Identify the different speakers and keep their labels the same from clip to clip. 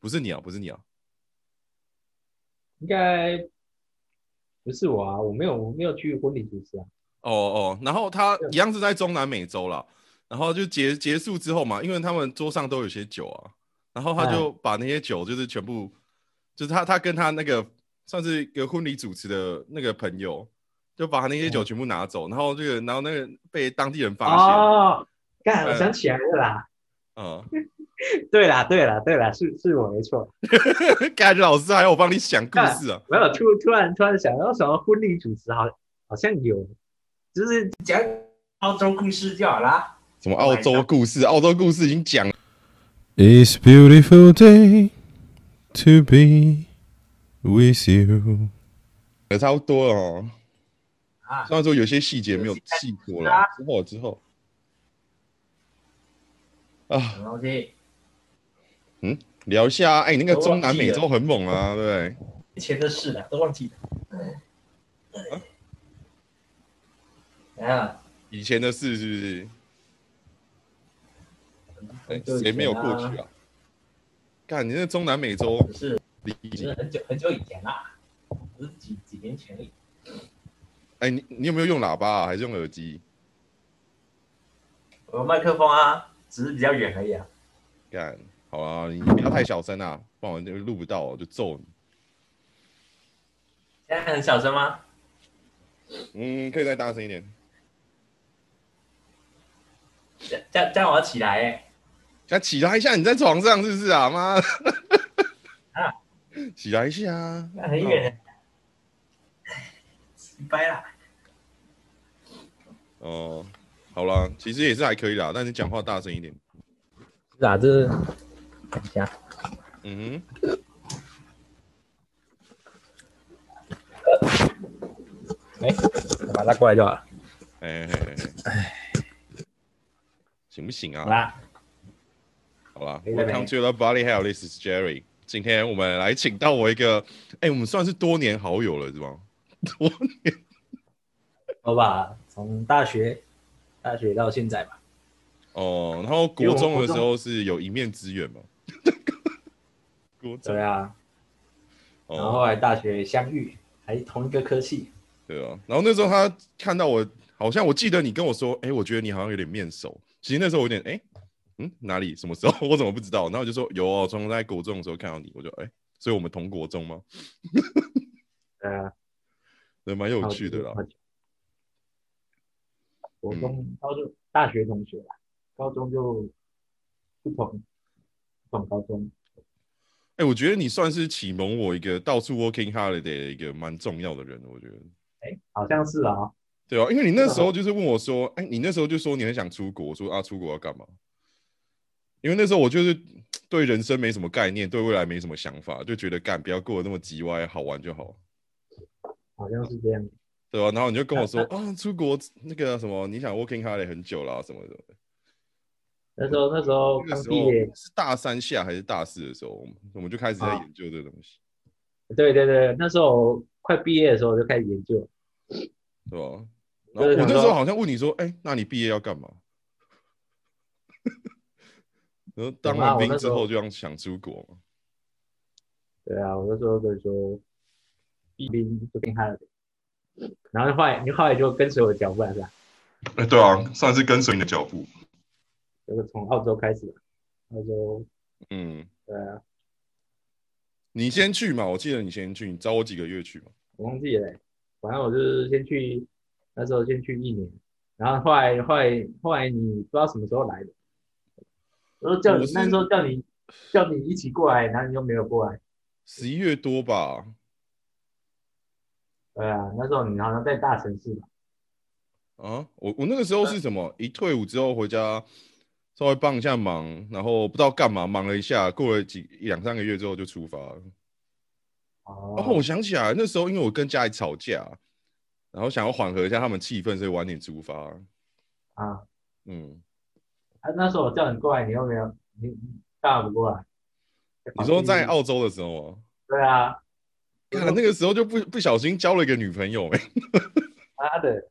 Speaker 1: 不是你啊，不是你啊，
Speaker 2: 应该不是我啊，我没有我没有去婚礼主持啊。
Speaker 1: 哦哦，然后他一样是在中南美洲啦，然后就结结束之后嘛，因为他们桌上都有些酒啊，然后他就把那些酒就是全部，就是他他跟他那个算是一个婚礼主持的那个朋友，就把他那些酒全部拿走，然后这个然后那个被当地人发现，
Speaker 2: 哦，干，
Speaker 1: 嗯
Speaker 2: 我想起来了啦。
Speaker 1: 嗯，
Speaker 2: 对啦，对啦，对啦，是是我没错。
Speaker 1: 感觉老师还有帮你想故事啊，
Speaker 2: 没有，突突然突然想到什么婚礼主持好，好像有，就是讲澳洲故事就好啦。
Speaker 1: 什么澳洲故事，澳洲故事已经讲了
Speaker 3: It's a beautiful day to be with you。
Speaker 1: 差不多了哦，
Speaker 2: 啊，
Speaker 1: 虽然说有些细节没有细过了，之后之后啊。
Speaker 2: 什么东西？
Speaker 1: 聊一下啊，哎、你那个
Speaker 2: 都
Speaker 1: 中
Speaker 2: 忘
Speaker 1: 南
Speaker 2: 记
Speaker 1: 美
Speaker 2: 了
Speaker 1: 洲很猛啊，对不对？
Speaker 2: 以前的事了，都忘记了。哎呀，
Speaker 1: 以前的事是不是？哎、
Speaker 2: 就以前啊
Speaker 1: 谁没有过去啊？干，你那中南美洲
Speaker 2: 只是
Speaker 1: 离
Speaker 2: 只是很久很久以前啦，只是几几年前而已。
Speaker 1: 哎、你你有没有用喇叭、啊、还是用耳机？
Speaker 2: 我有麦克风啊，只是比较远而已啊。
Speaker 1: 干，好啊，你不要太小声啊，不然我就录不到，我就揍你。
Speaker 2: 现在很小声吗？
Speaker 1: 嗯，可以再大声一点。
Speaker 2: 这样这样这样我要起来哎、
Speaker 1: 想啊起来一下，你在床上是不是啊？妈，
Speaker 2: 啊
Speaker 1: 起来一下啊！
Speaker 2: 那很远、啊欸。拜啦，
Speaker 1: 哦，好啦，其实也是还可以啦，但是讲话大声一点。
Speaker 2: 是啊，这是看一下。
Speaker 1: 嗯哼，
Speaker 2: 哎，把它啊拉过来就好了。
Speaker 1: 哎哎哎哎，行不行啊
Speaker 2: 好？啦，
Speaker 1: 好啦
Speaker 2: 可以了没
Speaker 1: ，Welcome to the Body Hell. This is Jerry. 今天我们来请到我一个，哎、我们算是多年好友了，是吗？多年，
Speaker 2: 我吧，从大学大学到现在吧，
Speaker 1: 哦，然后国中的时候是有一面之缘嘛， 国中，
Speaker 2: 对啊，然后
Speaker 1: 哦，
Speaker 2: 后来大学相遇，还同一个科系，
Speaker 1: 对啊，然后那时候他看到我，好像我记得你跟我说，哎、我觉得你好像有点面熟，其实那时候我有点，哎、嗯，哪里什么时候我怎么不知道？然后我就说有哦，从在国中的时候看到你，我就哎、所以我们同国中吗？
Speaker 2: 对啊，
Speaker 1: 对，蛮有趣的啦，嗯
Speaker 2: 好久。国中、高中、大学同学啦，高中就不同，不同高中，
Speaker 1: 哎、我觉得你算是启蒙我一个到处 working holiday 的一个蛮重要的人，我觉得，
Speaker 2: 哎，好像是啊，
Speaker 1: 对啊，因为你那时候就是问我说，哎、你那时候就说你很想出国，我说啊，出国要干嘛？因为那时候我就是对人生没什么概念，对未来没什么想法，就觉得干不要过得那么叽歪，好玩就好，
Speaker 2: 好像是这样。
Speaker 1: 对吧、然后你就跟我 说啊，出国那个什么，你想 working holiday 很久啦、什么的。
Speaker 2: 那时候那时候
Speaker 1: 那个
Speaker 2: 刚
Speaker 1: 时
Speaker 2: 毕
Speaker 1: 候
Speaker 2: 业，
Speaker 1: 是大三下还是大四的时候，我们我们就开始在
Speaker 2: 啊
Speaker 1: 研究这个东西，
Speaker 2: 对对对，那时候快毕业的时候就开始研究，
Speaker 1: 对吧、然后
Speaker 2: 对啊
Speaker 1: 我那
Speaker 2: 想
Speaker 1: 时
Speaker 2: 说
Speaker 1: 候好像问你说，哎、那你毕业要干嘛？ 然后当
Speaker 2: 有啊
Speaker 1: 完
Speaker 2: 我
Speaker 1: 兵
Speaker 2: 那
Speaker 1: 之
Speaker 2: 时候
Speaker 1: 后就想想出国嘛。
Speaker 2: 对啊，我那时候就说，毕兵就跟他的，然后后来你后来就跟随我的脚步来是吧？
Speaker 1: 哎，对啊，算是跟随你的脚步。
Speaker 2: 就是从澳洲开始吧，澳洲
Speaker 1: 嗯，
Speaker 2: 对啊，
Speaker 1: 你先去嘛，我记得你先去，你找我几个月去嘛。
Speaker 2: 我忘记了欸、反正我就是先去那时候先去一年，然后后来后来后来你不知道什么时候来的，我说叫
Speaker 1: 我
Speaker 2: 你
Speaker 1: 是
Speaker 2: 那时候叫你叫你一起过来，然后你就没有过来，
Speaker 1: 十一月多吧，
Speaker 2: 对啊，那时候你好像在大城市吧，
Speaker 1: 啊，我我那个时候是什么？一退伍之后回家，稍微帮一下忙，然后不知道干嘛，忙了一下，过了几一两三个月之后就出发了。
Speaker 2: 哦
Speaker 1: 然后我想起来，那时候因为我跟家里吵架，然后想要缓和一下他们气氛，所以晚点出发。
Speaker 2: 啊，
Speaker 1: 嗯，
Speaker 2: 啊那时候我叫你过来，你又没有你你干嘛不过来？
Speaker 1: 你说
Speaker 2: 啊
Speaker 1: 在澳洲的时候吗？
Speaker 2: 对啊，
Speaker 1: 看那个时候就不不小心交了一个女朋友、哎，
Speaker 2: 妈的！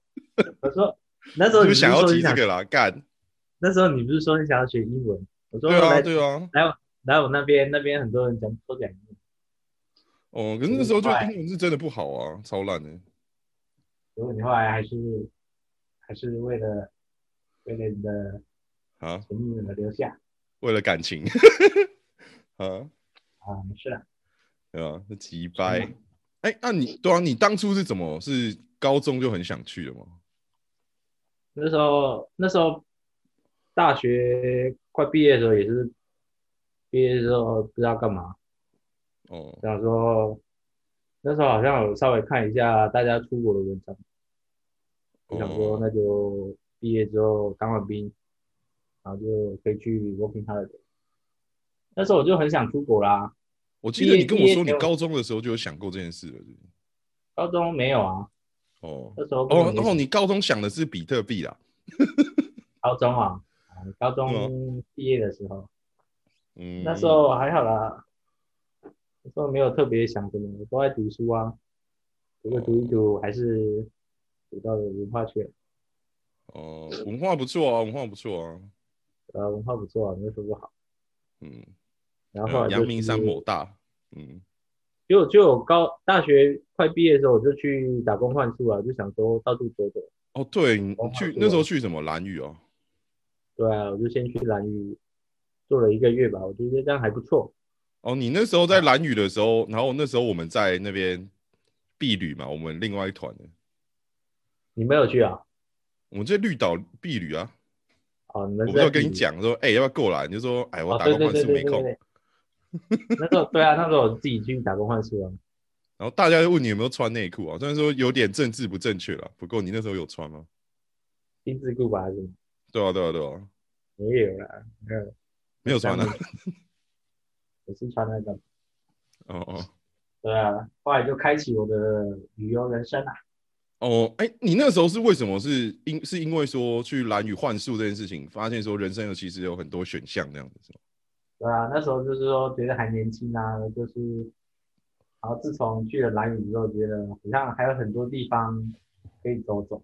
Speaker 2: 我说那时候
Speaker 1: 就
Speaker 2: 你不是
Speaker 1: 想要
Speaker 2: 说你
Speaker 1: 提
Speaker 2: 想
Speaker 1: 这，个啦，干，
Speaker 2: 那时候你不是说你想要学英文？我说
Speaker 1: 对啊
Speaker 2: 来
Speaker 1: 对啊，
Speaker 2: 来，然后我那边那边很多人讲都讲英文，
Speaker 1: 哦，可是那时候就
Speaker 2: 很快
Speaker 1: 英文是真的不好啊，超烂的。
Speaker 2: 结果你后来还是还是为了为了你的
Speaker 1: 啊，
Speaker 2: 前女友的留下
Speaker 1: 为了感情 啊，
Speaker 2: 啊，是啊，
Speaker 1: 对啊，那急掰。
Speaker 2: 嗯
Speaker 1: 哎、那、你对啊，你当初是怎么是高中就很想去的吗？
Speaker 2: 那时候那时候大学快毕业的时候也是毕业的时候不知道干嘛，
Speaker 1: 哦，
Speaker 2: 想说那时候好像有稍微看一下大家出国的文章，就想说
Speaker 1: 哦
Speaker 2: 那就毕业之后当完兵，然后就可以去 working holiday。那时候我就很想出国啦，
Speaker 1: 我记得你跟我说
Speaker 2: 毕业
Speaker 1: 你
Speaker 2: 毕业
Speaker 1: 高中的时候就有想过这件事了，是不是
Speaker 2: 高中没有啊，
Speaker 1: 哦
Speaker 2: 那时候
Speaker 1: 哦，然后你高中想的是比特币啦，
Speaker 2: 高中啊，啊高
Speaker 1: 嗯
Speaker 2: 中毕业的时候，
Speaker 1: 嗯，
Speaker 2: 那时候还好啦，那时候没有特别想什么，都在读书啊，不过读一读还是读到了文化圈，
Speaker 1: 哦，文化不错啊，文化不错啊，
Speaker 2: 呃，文化不错啊，没有说不好。
Speaker 1: 嗯，呃
Speaker 2: 然后后来就
Speaker 1: 阳明山
Speaker 2: 去
Speaker 1: 火大，嗯，
Speaker 2: 就就有高大学快毕业的时候，我就去打工换宿啊，就想说到处走走。
Speaker 1: 哦，对，你
Speaker 2: 文化
Speaker 1: 去
Speaker 2: 不错
Speaker 1: 那时候去什么蓝屿哦，
Speaker 2: 对啊，我就先去兰屿做了一个月吧，我觉得这样还不错。
Speaker 1: 哦，你那时候
Speaker 2: 啊
Speaker 1: 在蓝屿的时候，然后那时候我们在那边避旅嘛，我们另外一团的，
Speaker 2: 你没有去啊？
Speaker 1: 我们在绿岛避旅啊，
Speaker 2: 哦，你
Speaker 1: 我
Speaker 2: 们是
Speaker 1: 不
Speaker 2: 在
Speaker 1: 是有跟
Speaker 2: 避
Speaker 1: 你讲说，哎、要不要过来？你就说，哎、我
Speaker 2: 哦，
Speaker 1: 打
Speaker 2: 对
Speaker 1: 工
Speaker 2: 对
Speaker 1: 换
Speaker 2: 对
Speaker 1: 宿
Speaker 2: 对
Speaker 1: 没
Speaker 2: 对
Speaker 1: 空，
Speaker 2: 对。那时候对啊， 那时候我自己去打工换宿啊。
Speaker 1: 然后大家就问你有没有穿内裤啊，虽然说有点政治不正确了，不过你那时候有穿吗？
Speaker 2: 丁字裤吧还是什么
Speaker 1: 对啊，对啊，对啊，
Speaker 2: 没有啦，没有，
Speaker 1: 没有穿啊，
Speaker 2: 我是穿那个。
Speaker 1: 哦哦。
Speaker 2: 对啊，后来就开启我的旅游人生啊。
Speaker 1: 哦，哎、你那时候是为什么是因是因为说去蓝屿换宿这件事情，发现说人生有其实有很多选项这样子是吗
Speaker 2: 对啊，那时候就是说觉得还年轻啊，就是，然后自从去了兰屿之后，觉得好像还有很多地方可以走走，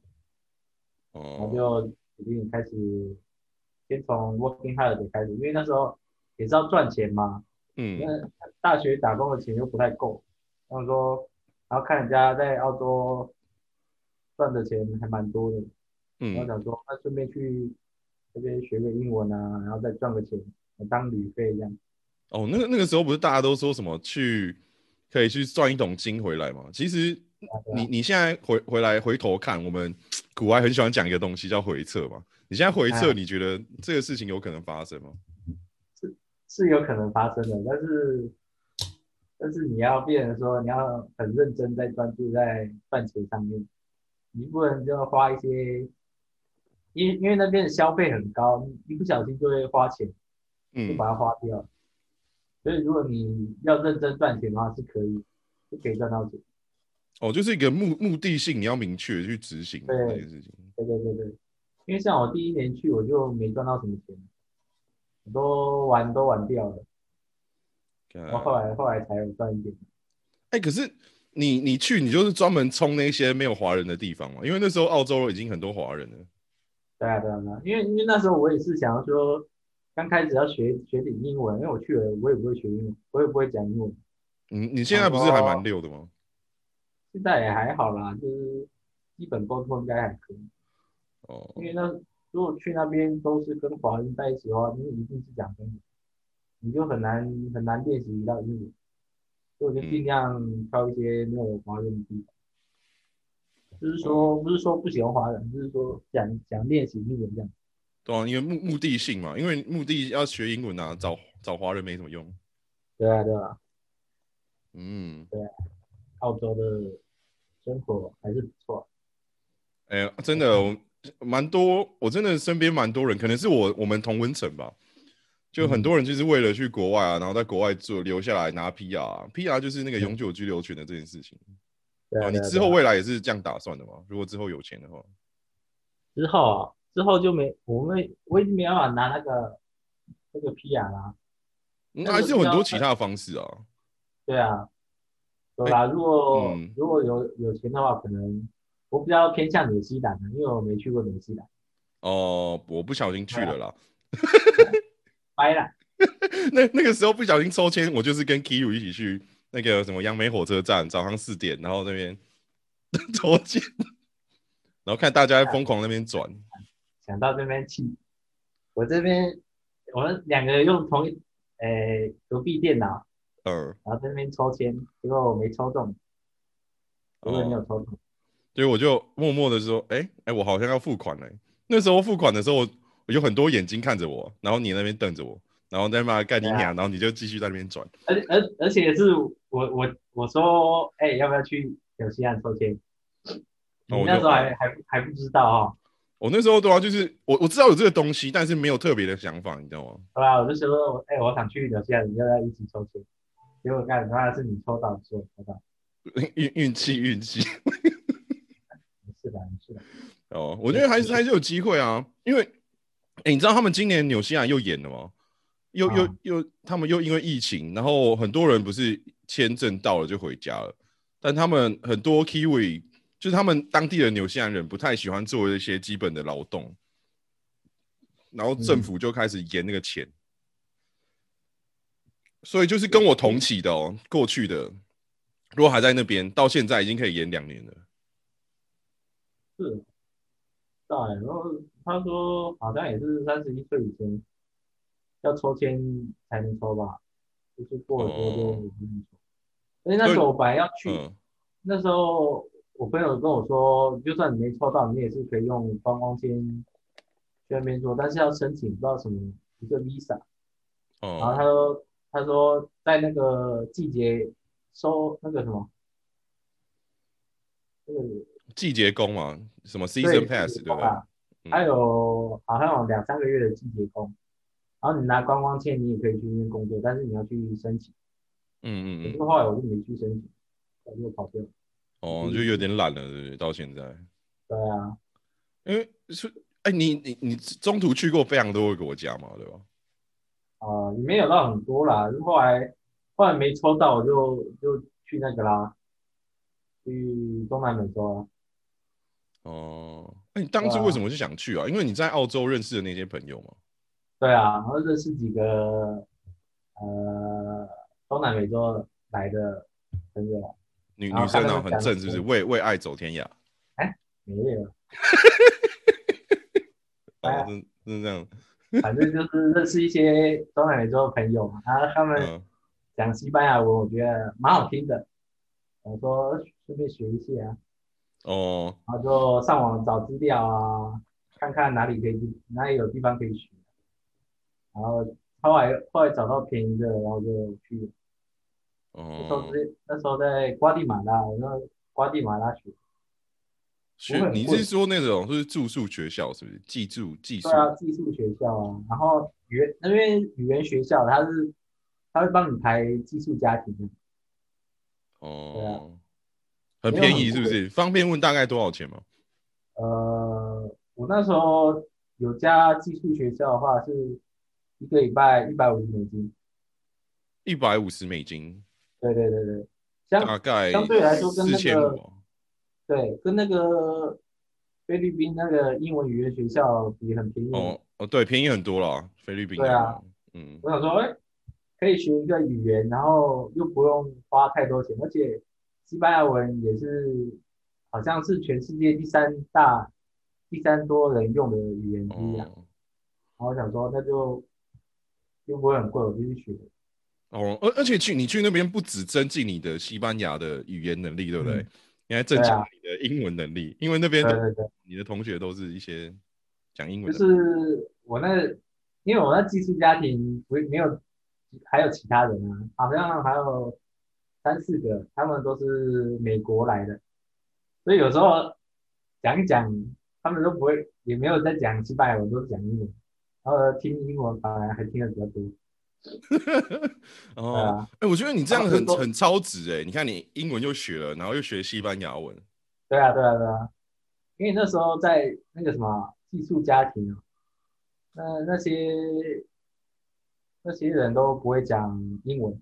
Speaker 2: 然后
Speaker 1: 哦，
Speaker 2: 就决定开始先从 working hard 开始，因为那时候也是要赚钱嘛，
Speaker 1: 嗯
Speaker 2: 因，为大学打工的钱又不太够，然后说，然后看人家在澳洲赚的钱还蛮多的，然后
Speaker 1: 嗯，
Speaker 2: 想说那顺便去那边学个英文啊，然后再赚个钱当旅费这样。
Speaker 1: 哦，那个那个时候不是大家都说什么去可以去赚一桶金回来嘛？其实
Speaker 2: 对啊
Speaker 1: 你你现在回回来回头看，我们古埃很喜欢讲一个东西叫回撤嘛。你现在回撤，
Speaker 2: 哎
Speaker 1: 你觉得这个事情有可能发生吗？
Speaker 2: 是有可能发生的，但是但是你要变成说你要很认真在专注在赚钱上面，你不能就花一些，因因为那边的消费很高，你一不小心就会花钱，就
Speaker 1: 嗯，
Speaker 2: 把它花掉。所以如果你要认真赚钱的话，是可以是可以赚到钱。
Speaker 1: 哦，就是一个目目的性，你要明确地去执行
Speaker 2: 对
Speaker 1: 这件事情。
Speaker 2: 对对对对，因为像我第一年去我就没赚到什么钱，我都玩都玩掉了，
Speaker 1: 干
Speaker 2: 然后后来后来才有赚一点。
Speaker 1: 哎、可是你你去，你就是专门冲那些没有华人的地方嘛？因为那时候澳洲已经很多华人了。
Speaker 2: 对啊，对啊，对啊，因为因为那时候我也是想要说，刚开始要学学点英文，因为我去了我也不会学英文，我也不会讲英文，
Speaker 1: 你你现在不是还
Speaker 2: 哦
Speaker 1: 蛮溜的吗？
Speaker 2: 现在也还好啦，就是基本沟通应该还可以。
Speaker 1: 哦
Speaker 2: 因为那如果去那边都是跟华人在一起的话，你一定是讲英语，你就很难很难练习到英语，所以我就尽量挑一些没有华人的地方。就是说，不是说不喜欢华人，就是说想想练习英文这样。
Speaker 1: 对啊，因为目目的性嘛，因为目的要学英文啊，找找华人没什么用。
Speaker 2: 对啊，对啊。
Speaker 1: 嗯，
Speaker 2: 澳洲的生活还是不
Speaker 1: 哦
Speaker 2: 错。
Speaker 1: 哎、真的，
Speaker 2: 啊
Speaker 1: 我蛮多，我真的身边蛮多人，可能是我我们同温层吧，就
Speaker 2: 嗯
Speaker 1: 很多人就是为了去国外啊，然后在国外做留下来拿 PR，PR、PR 就是那个永久居留权的这件事情。
Speaker 2: 对啊，
Speaker 1: 哦，你
Speaker 2: 对啊
Speaker 1: 之
Speaker 2: 对
Speaker 1: 后
Speaker 2: 啊
Speaker 1: 未来也是这样打算的吗？如果之后有钱的话，
Speaker 2: 之后啊，之后就没我们我已经没办法拿那个那个 PR 啦。
Speaker 1: 嗯
Speaker 2: 那
Speaker 1: 还
Speaker 2: 个
Speaker 1: 是有很多
Speaker 2: 要
Speaker 1: 其他的方式啊。
Speaker 2: 对啊，对啦，如果、
Speaker 1: 嗯
Speaker 2: 如果有有钱的话，可能我比较偏向纽西兰啊的，因为我没去过纽西兰。
Speaker 1: 哦，我不小心去了啦。
Speaker 2: 拜啦，
Speaker 1: 那那个时候不小心抽签，我就是跟 Kiu 一起去那个什么杨梅火车站，早上四点，然后那边 抽签，然后看大家在疯狂那边转。
Speaker 2: 想到这边去，我这边我们两个用同一诶、隔壁电脑，
Speaker 1: 嗯，
Speaker 2: 然后在那边抽签，结果我没抽中，我也没有抽中，
Speaker 1: 所以哦我就默默的说：“哎、哎、我好像要付款了。”那时候付款的时候，我有很多眼睛看着我，然后你那边瞪着我，然后在那边干你
Speaker 2: 对啊
Speaker 1: 娘，然后你就继续在那边转。
Speaker 2: 而而而且是我我我说哎、要不要去纽西兰抽签？
Speaker 1: 那哦
Speaker 2: 你
Speaker 1: 我
Speaker 2: 那
Speaker 1: 就
Speaker 2: 时候还还还不知道哦，
Speaker 1: 我那时候对啊，就是我我知道有这个东西，但是没有特别的想法，你知道吗？
Speaker 2: 对吧、我就说哎、我想去纽西兰，你要不要一起抽签？结果干妈的是你抽到，是我抽到，
Speaker 1: 运运气运气。
Speaker 2: 没事的，没事的。
Speaker 1: 哦，我觉得还是还是有机会啊，因为，哎，你知道他们今年纽西兰又演了吗？又又
Speaker 2: 啊
Speaker 1: 又，他们又因为疫情，然后很多人不是签证到了就回家了，但他们很多 Kiwi 就是他们当地的纽西兰人不太喜欢做一些基本的劳动，然后政
Speaker 2: 嗯
Speaker 1: 府就开始延那个钱，所以就是跟我同期的哦，过去的，如果还在那边，到现在已经可以延两年了。
Speaker 2: 是，对，然后他说好像也是三十一岁以前要抽签才能抽吧，就是过了多久
Speaker 1: 哦
Speaker 2: 不能抽。因为那时候我本来要去，
Speaker 1: 嗯，
Speaker 2: 那时候我朋友跟我说，就算你没抽到，你也是可以用观光签去那边做，但是要申请不知道什么一个 visa。
Speaker 1: 哦，
Speaker 2: 然后他说他说在那个季节收那个什么，那个
Speaker 1: 季节工嘛，什么
Speaker 2: 对
Speaker 1: season pass
Speaker 2: 季
Speaker 1: 对嗯
Speaker 2: 节
Speaker 1: 不
Speaker 2: 工
Speaker 1: 对？
Speaker 2: 啊还有好像有两三个月的季节工，然后你拿观光签，你也可以去那边工作，但是你要去申请。
Speaker 1: 嗯
Speaker 2: 可
Speaker 1: 嗯
Speaker 2: 是
Speaker 1: 嗯，
Speaker 2: 后来我就没去申请，我就跑掉了。
Speaker 1: 哦，就有点懒了，对不对？到现在，
Speaker 2: 对啊，
Speaker 1: 因为是哎，你你你中途去过非常多个国家嘛，对吧？
Speaker 2: 啊，也没有到很多啦。后来后来没抽到，我就就去那个啦，去东南美洲啦。
Speaker 1: 哦，那你当初为什么就想去啊？因为你在澳洲认识的那些朋友嘛。
Speaker 2: 对啊，然后认识几个呃东南美洲来的朋友啊，
Speaker 1: 女
Speaker 2: 啊
Speaker 1: 女生
Speaker 2: 他
Speaker 1: 啊，
Speaker 2: 们
Speaker 1: 很
Speaker 2: 讲
Speaker 1: 正，是不是？
Speaker 2: 说
Speaker 1: 为为爱走天涯，
Speaker 2: 没有，
Speaker 1: 哦
Speaker 2: 哎呀，
Speaker 1: 真真这样，
Speaker 2: 反正就是认识一些东南美洲的朋友嘛，然后他们。
Speaker 1: 嗯，
Speaker 2: 讲西班牙文，我觉得蛮好听的。我说顺便学一下啊，
Speaker 1: 哦，
Speaker 2: 然后就上网找资料啊，看看哪里可以去，哪里有地方可以学。然后后来后来找到便宜的，然后就去了。那时候
Speaker 1: 哦，
Speaker 2: 是那时候在瓜地马拉，我那瓜地马拉学。
Speaker 1: 学
Speaker 2: 不会很
Speaker 1: 你
Speaker 2: 贵
Speaker 1: 是说那种就是住宿学校是不是？寄住寄宿
Speaker 2: 对啊，寄宿学校啊，然后语言那边语言学校，它是它会帮你排寄宿家庭的，
Speaker 1: 哦，很
Speaker 2: 啊没有
Speaker 1: 便
Speaker 2: 很
Speaker 1: 宜是不
Speaker 2: 贵
Speaker 1: 是？方便问大概多少钱吗？
Speaker 2: 呃，我那时候有加寄宿学校的话，是一个礼拜一百五十美金。
Speaker 1: 一百五十美金，
Speaker 2: 对对对对， 相
Speaker 1: 大概
Speaker 2: 相对来说跟
Speaker 1: 四
Speaker 2: 那
Speaker 1: 千
Speaker 2: 个
Speaker 1: 五，
Speaker 2: 对跟那个菲律宾那个英文语言学校比很便宜。
Speaker 1: 哦哦，对，便宜很多啦，菲律宾
Speaker 2: 对啊
Speaker 1: 的嘛，嗯，
Speaker 2: 我想说，哎，可以学一个语言，然后又不用花太多钱，而且西班牙文也是好像是全世界第三大、第三多人用的语言之一啊。
Speaker 1: 哦
Speaker 2: 然后我想说，那就又不会很贵，我就去学。
Speaker 1: 哦，而而且去你去那边不只增进你的西班牙的语言能力，对不对？你还增进
Speaker 2: 对啊
Speaker 1: 你的英文能力，因为那边
Speaker 2: 嗯对对对，
Speaker 1: 你的同学都是一些讲英文
Speaker 2: 就
Speaker 1: 的，
Speaker 2: 是我那，因为我那寄宿家庭不没有，还有其他人啊，好像还有三四个，他们都是美国来的，所以有时候讲一讲，他们都不会，也没有在讲西班牙文，都是讲英文，然后听英文反而还听得比较多。对
Speaker 1: 哦，
Speaker 2: 啊，
Speaker 1: 哎，我觉得你这样
Speaker 2: 然
Speaker 1: 很
Speaker 2: 后很多
Speaker 1: 很超值哎，你看你英文又学了，然后又学西班牙文，
Speaker 2: 对啊，对啊，对啊，因为那时候在那个什么寄宿家庭啊，那那些那些人都不会讲英文。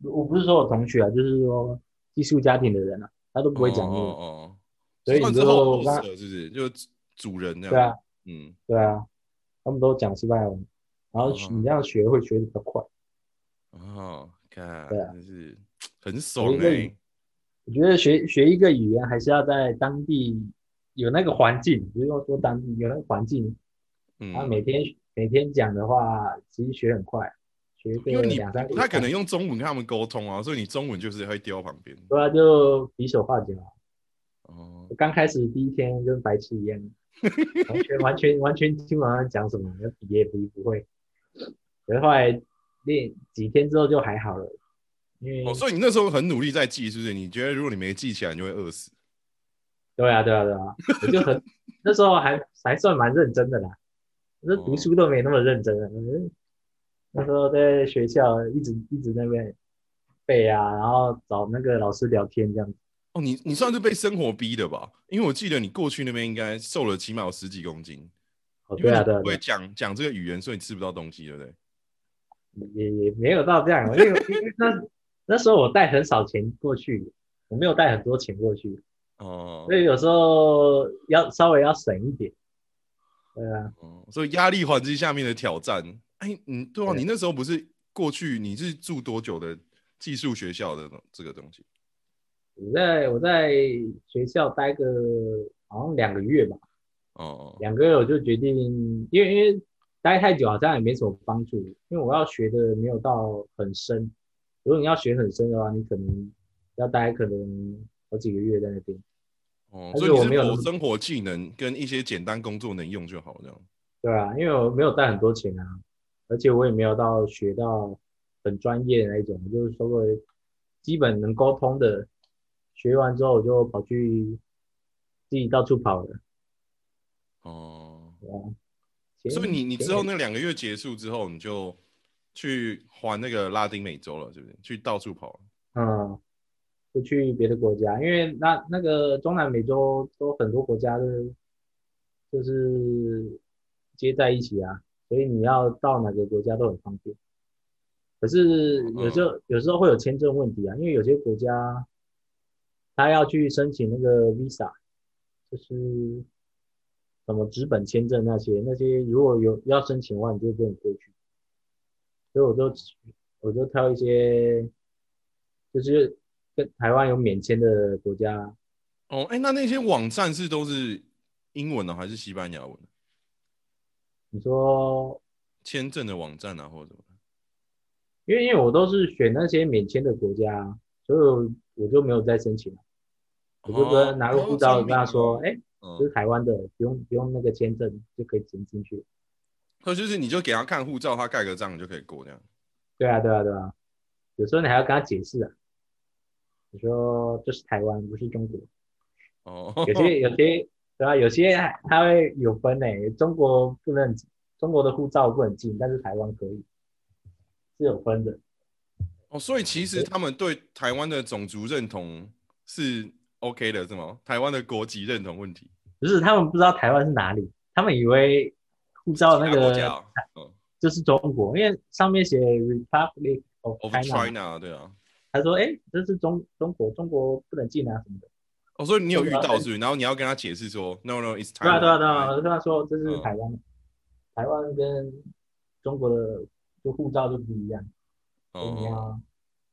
Speaker 2: 我不是说我同学啊，就是说寄宿家庭的人啊，他都不会讲英
Speaker 1: 哦
Speaker 2: 文，
Speaker 1: 哦哦，
Speaker 2: 所以
Speaker 1: 算
Speaker 2: 你
Speaker 1: 之后
Speaker 2: 就
Speaker 1: 落
Speaker 2: 让
Speaker 1: 实了是不是？就主人这
Speaker 2: 对啊
Speaker 1: 样，，嗯。
Speaker 2: 对啊，他们都讲西班牙文。然后你这样学会学的比较快。
Speaker 1: 哦，看，
Speaker 2: 对啊
Speaker 1: 真是很爽
Speaker 2: 一
Speaker 1: 哎、
Speaker 2: 个我觉得学学一个语言还是要在当地有那个环境，不是说说当地有那个环境，
Speaker 1: 嗯
Speaker 2: 他、，每天每天讲的话，其实学很快，学个
Speaker 1: 因为你
Speaker 2: 两三个礼拜
Speaker 1: 他可能用中文跟他们沟通啊，所以你中文就是会丢到旁边。
Speaker 2: 对啊，就比手画脚。
Speaker 1: 哦
Speaker 2: 我，刚开始第一天跟白痴一 样，完全完全完全听不懂他们讲什么，要比也比不会。可是后来练几天之后就还好了，因为、
Speaker 1: 哦，所以你那时候很努力在记，是不是？你觉得如果你没记起来，你就会饿死。
Speaker 2: 对啊对啊对啊，我就 很那时候还还算蛮认真的啦，那读书都没那么认真了。
Speaker 1: 哦
Speaker 2: 嗯那时候在学校一直一直那边背啊，然后找那个老师聊天这样子。
Speaker 1: 哦，你你算是被生活逼的吧？因为我记得你过去那边应该瘦了起码有十几公斤，
Speaker 2: 哦，
Speaker 1: 因为
Speaker 2: 对啊
Speaker 1: 你
Speaker 2: 对啊
Speaker 1: 不
Speaker 2: 对
Speaker 1: 会
Speaker 2: 啊，
Speaker 1: 讲讲这个语言，所以你吃不到东西，对不对？
Speaker 2: 也也没有到这样，啊因为因为那那时候我带很少钱过去，我没有带很多钱过去。
Speaker 1: 哦，
Speaker 2: 所以有时候要稍微要省一点。对啊，
Speaker 1: 哦，所以压力环境下面的挑战，哎，你对啊，
Speaker 2: 对
Speaker 1: 你那时候不是过去你是住多久的技术学校的这个东西？
Speaker 2: 我在我在学校待个好像两个月吧，
Speaker 1: 哦，
Speaker 2: 两个月我就决定，因为因为待太久好像也没什么帮助，因为我要学的没有到很深。如果你要学很深的话，你可能要待可能好几个月在那边。
Speaker 1: 哦，
Speaker 2: 但
Speaker 1: 所
Speaker 2: 是
Speaker 1: 以你
Speaker 2: 我
Speaker 1: 是
Speaker 2: 没有那
Speaker 1: 有
Speaker 2: 么
Speaker 1: 生活技能跟一些简单工作能用就好，这样。
Speaker 2: 对啊，因为我没有带很多钱啊，而且我也没有到学到很专业的那一种，我就是稍微基本能沟通的。学完之后，我就跑去自己到处跑了。
Speaker 1: 哦，
Speaker 2: 前
Speaker 1: 所以你你
Speaker 2: 前
Speaker 1: 之后那两个月结束之后，你就去环那个拉丁美洲了，是不是？去到处跑了。
Speaker 2: 嗯，就去别的国家，因为那那个中南美洲都很多国家都就是接在一起啊，所以你要到哪个国家都很方便。可是有时候有时候会有签证问题啊，因为有些国家他要去申请那个 visa，就是什么纸本签证那些那些，如果有要申请的话，你就不能过去。所以我就我就挑一些就是跟台湾有免签的国家，
Speaker 1: 哦，哎，那那些网站是都是英文的还是西班牙文的？
Speaker 2: 你说，
Speaker 1: 签证的网站啊，或者什么的？
Speaker 2: 因为因为我都是选那些免签的国家，所以我就没有再申请了。我就
Speaker 1: 哦
Speaker 2: 跟拿个护照跟他说，，
Speaker 1: 哦
Speaker 2: 哎、这
Speaker 1: 聪明
Speaker 2: 是台湾的，不用不用那个签证就可以直接进去。
Speaker 1: 哦所以就是你就给他看护照，他盖个章你就可以过这样。
Speaker 2: 对啊，对啊，对啊。有时候你还要跟他解释啊，你说这是台湾，不是中国。
Speaker 1: 哦，
Speaker 2: 有些有些对啊，有些他会有分呢、中国不能，中国的护照不能进，但是台湾可以，是有分的。
Speaker 1: 哦，所以其实他们对台湾的种族认同是 OK 的，是吗？台湾的国籍认同问题，
Speaker 2: 不是他们不知道台湾是哪里，他们以为护照那
Speaker 1: 其他国家
Speaker 2: 个
Speaker 1: 哦嗯
Speaker 2: 就是中国，因为上面写 Republic of
Speaker 1: ，of
Speaker 2: China，
Speaker 1: China，对啊。
Speaker 2: 他说哎、诶这是中中国，中国不能进啊什么的。
Speaker 1: 哦，所以你有遇
Speaker 2: 对啊
Speaker 1: 到是不是？然后你要跟他解释说，No No，It's
Speaker 2: 对
Speaker 1: Taiwan。
Speaker 2: 啊对啊对啊，我就跟他说这
Speaker 1: 嗯
Speaker 2: 是台湾，台湾跟中国的就护照就不一样，所以
Speaker 1: 哦
Speaker 2: 你要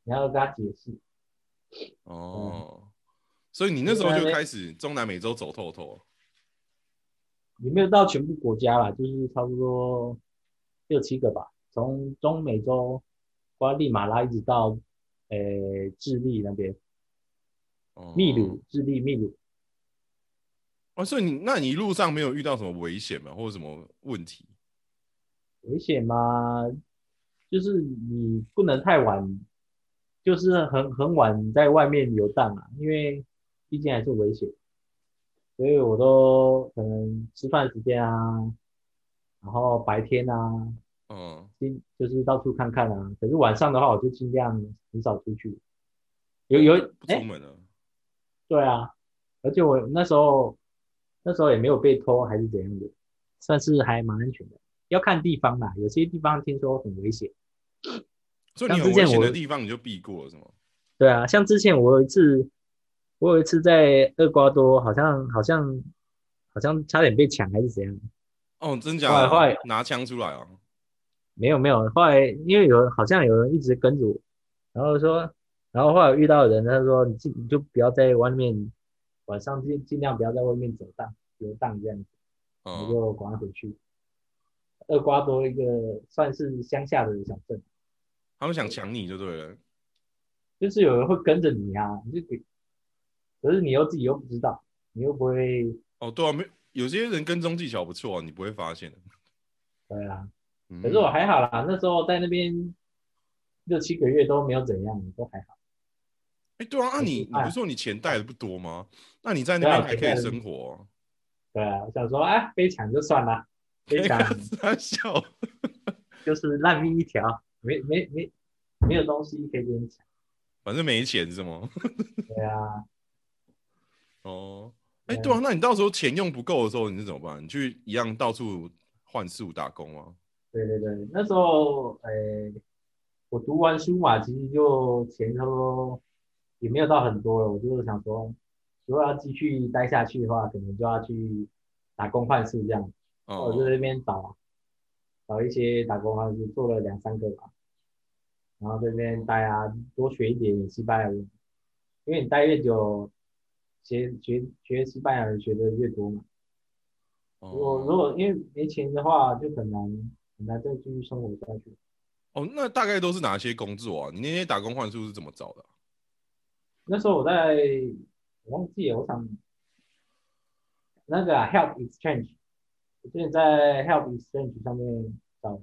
Speaker 2: 你要跟他解释。
Speaker 1: 哦，所以你那时
Speaker 2: 啊
Speaker 1: 候就开始中南美洲走透透。
Speaker 2: 也没有到全部国家啦，就是差不多六七个吧，从中美洲瓜地马拉一直到呃智利那边，
Speaker 1: 哦
Speaker 2: 秘鲁、智利、秘鲁，
Speaker 1: 哦，所以你那你一路上没有遇到什么危险吗？或者什么问题？
Speaker 2: 危险吗？就是你不能太晚，就是很很晚在外面游荡啊，因为毕竟还是危险，所以我都可能吃饭时间啊，然后白天啊，
Speaker 1: 嗯，
Speaker 2: 尽就是到处看看啊。可是晚上的话，我就尽量很少出去。有有
Speaker 1: 不
Speaker 2: 哎、
Speaker 1: 出门了。
Speaker 2: 对啊，而且我那时候那时候也没有被偷还是怎样的，算是还蛮安全的。要看地方啦，有些地方听说很危险。
Speaker 1: 所以你很
Speaker 2: 像之前
Speaker 1: 危险
Speaker 2: 我
Speaker 1: 的地方你就避过了，是吗？
Speaker 2: 对啊，像之前我有一次，我有一次在厄瓜多，好像好像好像差点被抢还是怎样。
Speaker 1: 哦，真假
Speaker 2: 后来
Speaker 1: 的？
Speaker 2: 后来
Speaker 1: 拿枪出来啊！
Speaker 2: 没有没有，后来因为有好像有人一直跟着我，然后说，然后后来遇到人，他说你尽你就不要在外面，晚上尽尽量不要在外面走荡游荡这样子，我
Speaker 1: 嗯
Speaker 2: 就赶快回去。厄瓜多一个算是乡下的小镇，
Speaker 1: 他们想抢你就对了，
Speaker 2: 就是有人会跟着你啊，你就给，可是你又自己又不知道，你又不会，
Speaker 1: 哦，对啊，没有些人跟踪技巧不错啊，你不会发现的。
Speaker 2: 对啊，
Speaker 1: 嗯
Speaker 2: 可是我还好啦，那时候在那边六七个月都没有怎样，都还好。
Speaker 1: 哎，对啊，那、
Speaker 2: 我
Speaker 1: 你
Speaker 2: 是
Speaker 1: 你不是说你钱带的不多吗？那你在那
Speaker 2: 对啊
Speaker 1: 边还可以
Speaker 2: 钱带得
Speaker 1: 生活、
Speaker 2: 对啊，我想说啊，被抢就算了，被抢
Speaker 1: 傻啊笑，
Speaker 2: 就是烂命一条，没没没没有东西可以给你抢。
Speaker 1: 反正没钱是吗？
Speaker 2: 对啊，
Speaker 1: 哦，哎，
Speaker 2: 对
Speaker 1: 对
Speaker 2: 啊
Speaker 1: 啊，那你到时候钱用不够的时候，你是怎么办？你去一样到处换宿打工吗？
Speaker 2: 对对对，那时候呃，我读完书嘛，其实就钱差不多也没有到很多了，我就是想说，如果要继续待下去的话，可能就要去打工换宿这样。我就在
Speaker 1: 哦，
Speaker 2: 那边找找一些打工啊，就做了两三个吧，然后这边待啊，多学一点西班牙文，因为你待越久，学学学西班牙文学的越多嘛。
Speaker 1: 哦
Speaker 2: 如果如果因为没钱的话，就很难很难再继续生活下去。
Speaker 1: 哦，那大概都是哪些工作啊？你那些打工换宿是怎么找的啊、
Speaker 2: 那时候我在，我忘记了，我想那个、啊、Help Exchange，我之前在 Help Exchange 上面找的，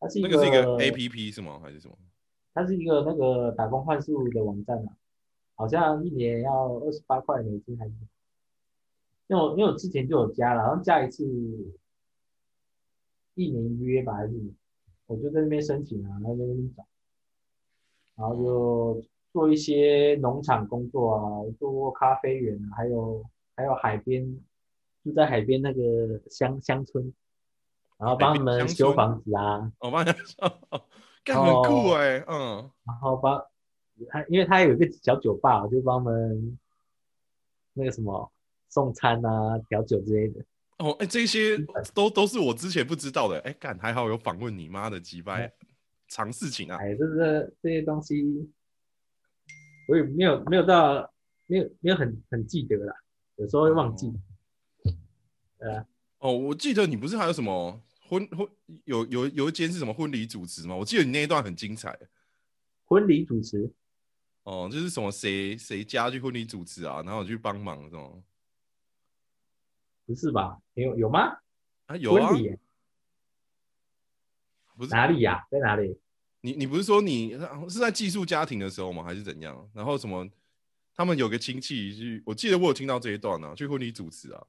Speaker 2: 它是一
Speaker 1: 那
Speaker 2: 个
Speaker 1: 个是一个 A P P 是吗？还是什么？
Speaker 2: 它是一个那个打工换宿的网站嘛，啊好像一年要二十八块美金还是？因为我因为我之前就有加了，然后加一次一年一约吧还是什么，我就在那边申请啊，然后在那边找，然后就做一些农场工作啊，做过咖啡园啊，还有还有海边，住在海边那个乡乡村，然后帮他
Speaker 1: 海
Speaker 2: 们
Speaker 1: 边乡
Speaker 2: 修
Speaker 1: 村
Speaker 2: 房子啊，
Speaker 1: 我帮你说， 干很
Speaker 2: 哦
Speaker 1: 酷哎、嗯，
Speaker 2: 然后帮他，因为他有一个小酒吧，我就帮他们那个什么送餐啊、调酒之类的。
Speaker 1: 哦，哎、这些都都是我之前不知道的，哎、干还好有访问你妈的击败
Speaker 2: 嗯
Speaker 1: 尝事情啊，
Speaker 2: 哎，就是这些东西，我也没有没有到没有没有很很记得啦，有时候会忘记。
Speaker 1: 哦，我记得你不是还有什么婚婚有有有一间是什么婚礼主持吗？我记得你那一段很精彩
Speaker 2: 婚礼主持，
Speaker 1: 哦，就是什么谁谁家去婚礼主持啊，然后我去帮忙这种
Speaker 2: 不是吧？有有吗？
Speaker 1: 啊有啊
Speaker 2: 婚，礼啊
Speaker 1: 不是
Speaker 2: 哪里呀、在哪里？
Speaker 1: 你你不是说你是在寄宿家庭的时候吗？还是怎样？然后什么？他们有个亲戚去，我记得我有听到这一段啊，去婚礼主持啊。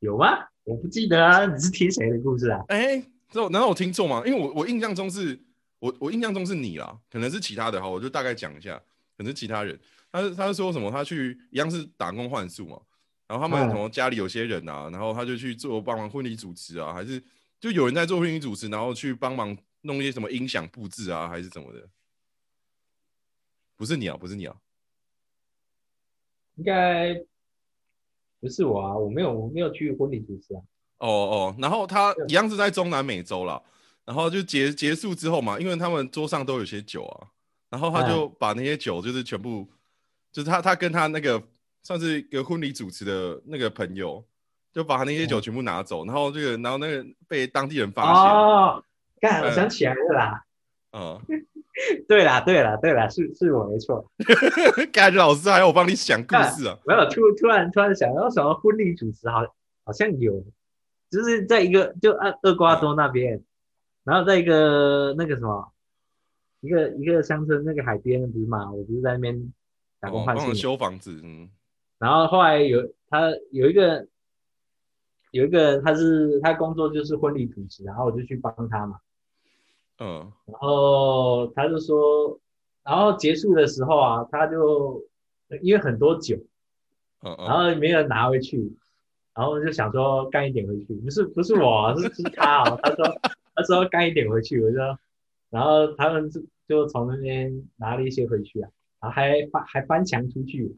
Speaker 2: 有吗？我不记得啊，你是听谁的故事啊？
Speaker 1: 哎、这难道我听错吗？因为我我印象中是我我印象中是你啦，可能是其他的哈，我就大概讲一下，可能是其他人。他是他是说什么？他去一样是打工换宿嘛，然后他们
Speaker 2: 嗯
Speaker 1: 什么家里有些人啊，然后他就去做帮忙婚礼主持啊，还是就有人在做婚礼主持，然后去帮忙弄一些什么音响布置啊，还是什么的。不是你啊，不是你啊，
Speaker 2: 应该不是我啊，我没有我没有去婚礼主持啊。
Speaker 1: 哦哦，然后他
Speaker 2: 对
Speaker 1: 一样是在中南美洲啦，然后就结结束之后嘛，因为他们桌上都有些酒啊，然后他
Speaker 2: 嗯
Speaker 1: 就把那些酒就是全部，就是他他跟他那个算是一个婚礼主持的那个朋友，就把那些
Speaker 2: 嗯
Speaker 1: 酒全部拿走，然后这个然后那个被当地人发现，
Speaker 2: 哦，干，我
Speaker 1: 嗯
Speaker 2: 想起来了啦。
Speaker 1: 嗯，
Speaker 2: 对啦，对啦，对啦，是是我没错。
Speaker 1: 感觉老师还有帮你想故事啊，
Speaker 2: 没有突突然突然想到什么婚礼主持好，好像有，就是在一个就啊厄厄瓜多那边，然后在一个那个什么，一个一个乡村那个海边不是嘛，我不是在那边打工
Speaker 1: 哦，
Speaker 2: 换
Speaker 1: 帮我
Speaker 2: 宿，
Speaker 1: 修房子，嗯，
Speaker 2: 然后后来有他有一个有一个他是他工作就是婚礼主持，然后我就去帮他嘛。
Speaker 1: 嗯，
Speaker 2: 然后他就说，然后结束的时候啊，他就因为很多酒，
Speaker 1: 嗯
Speaker 2: 然
Speaker 1: 嗯，
Speaker 2: 后没有拿回去，然后就想说干一点回去，不是不是我啊，是是他啊，他说他说干一点回去，我就，然后他们就就从那边拿了一些回去啊，然后还翻还翻墙出去，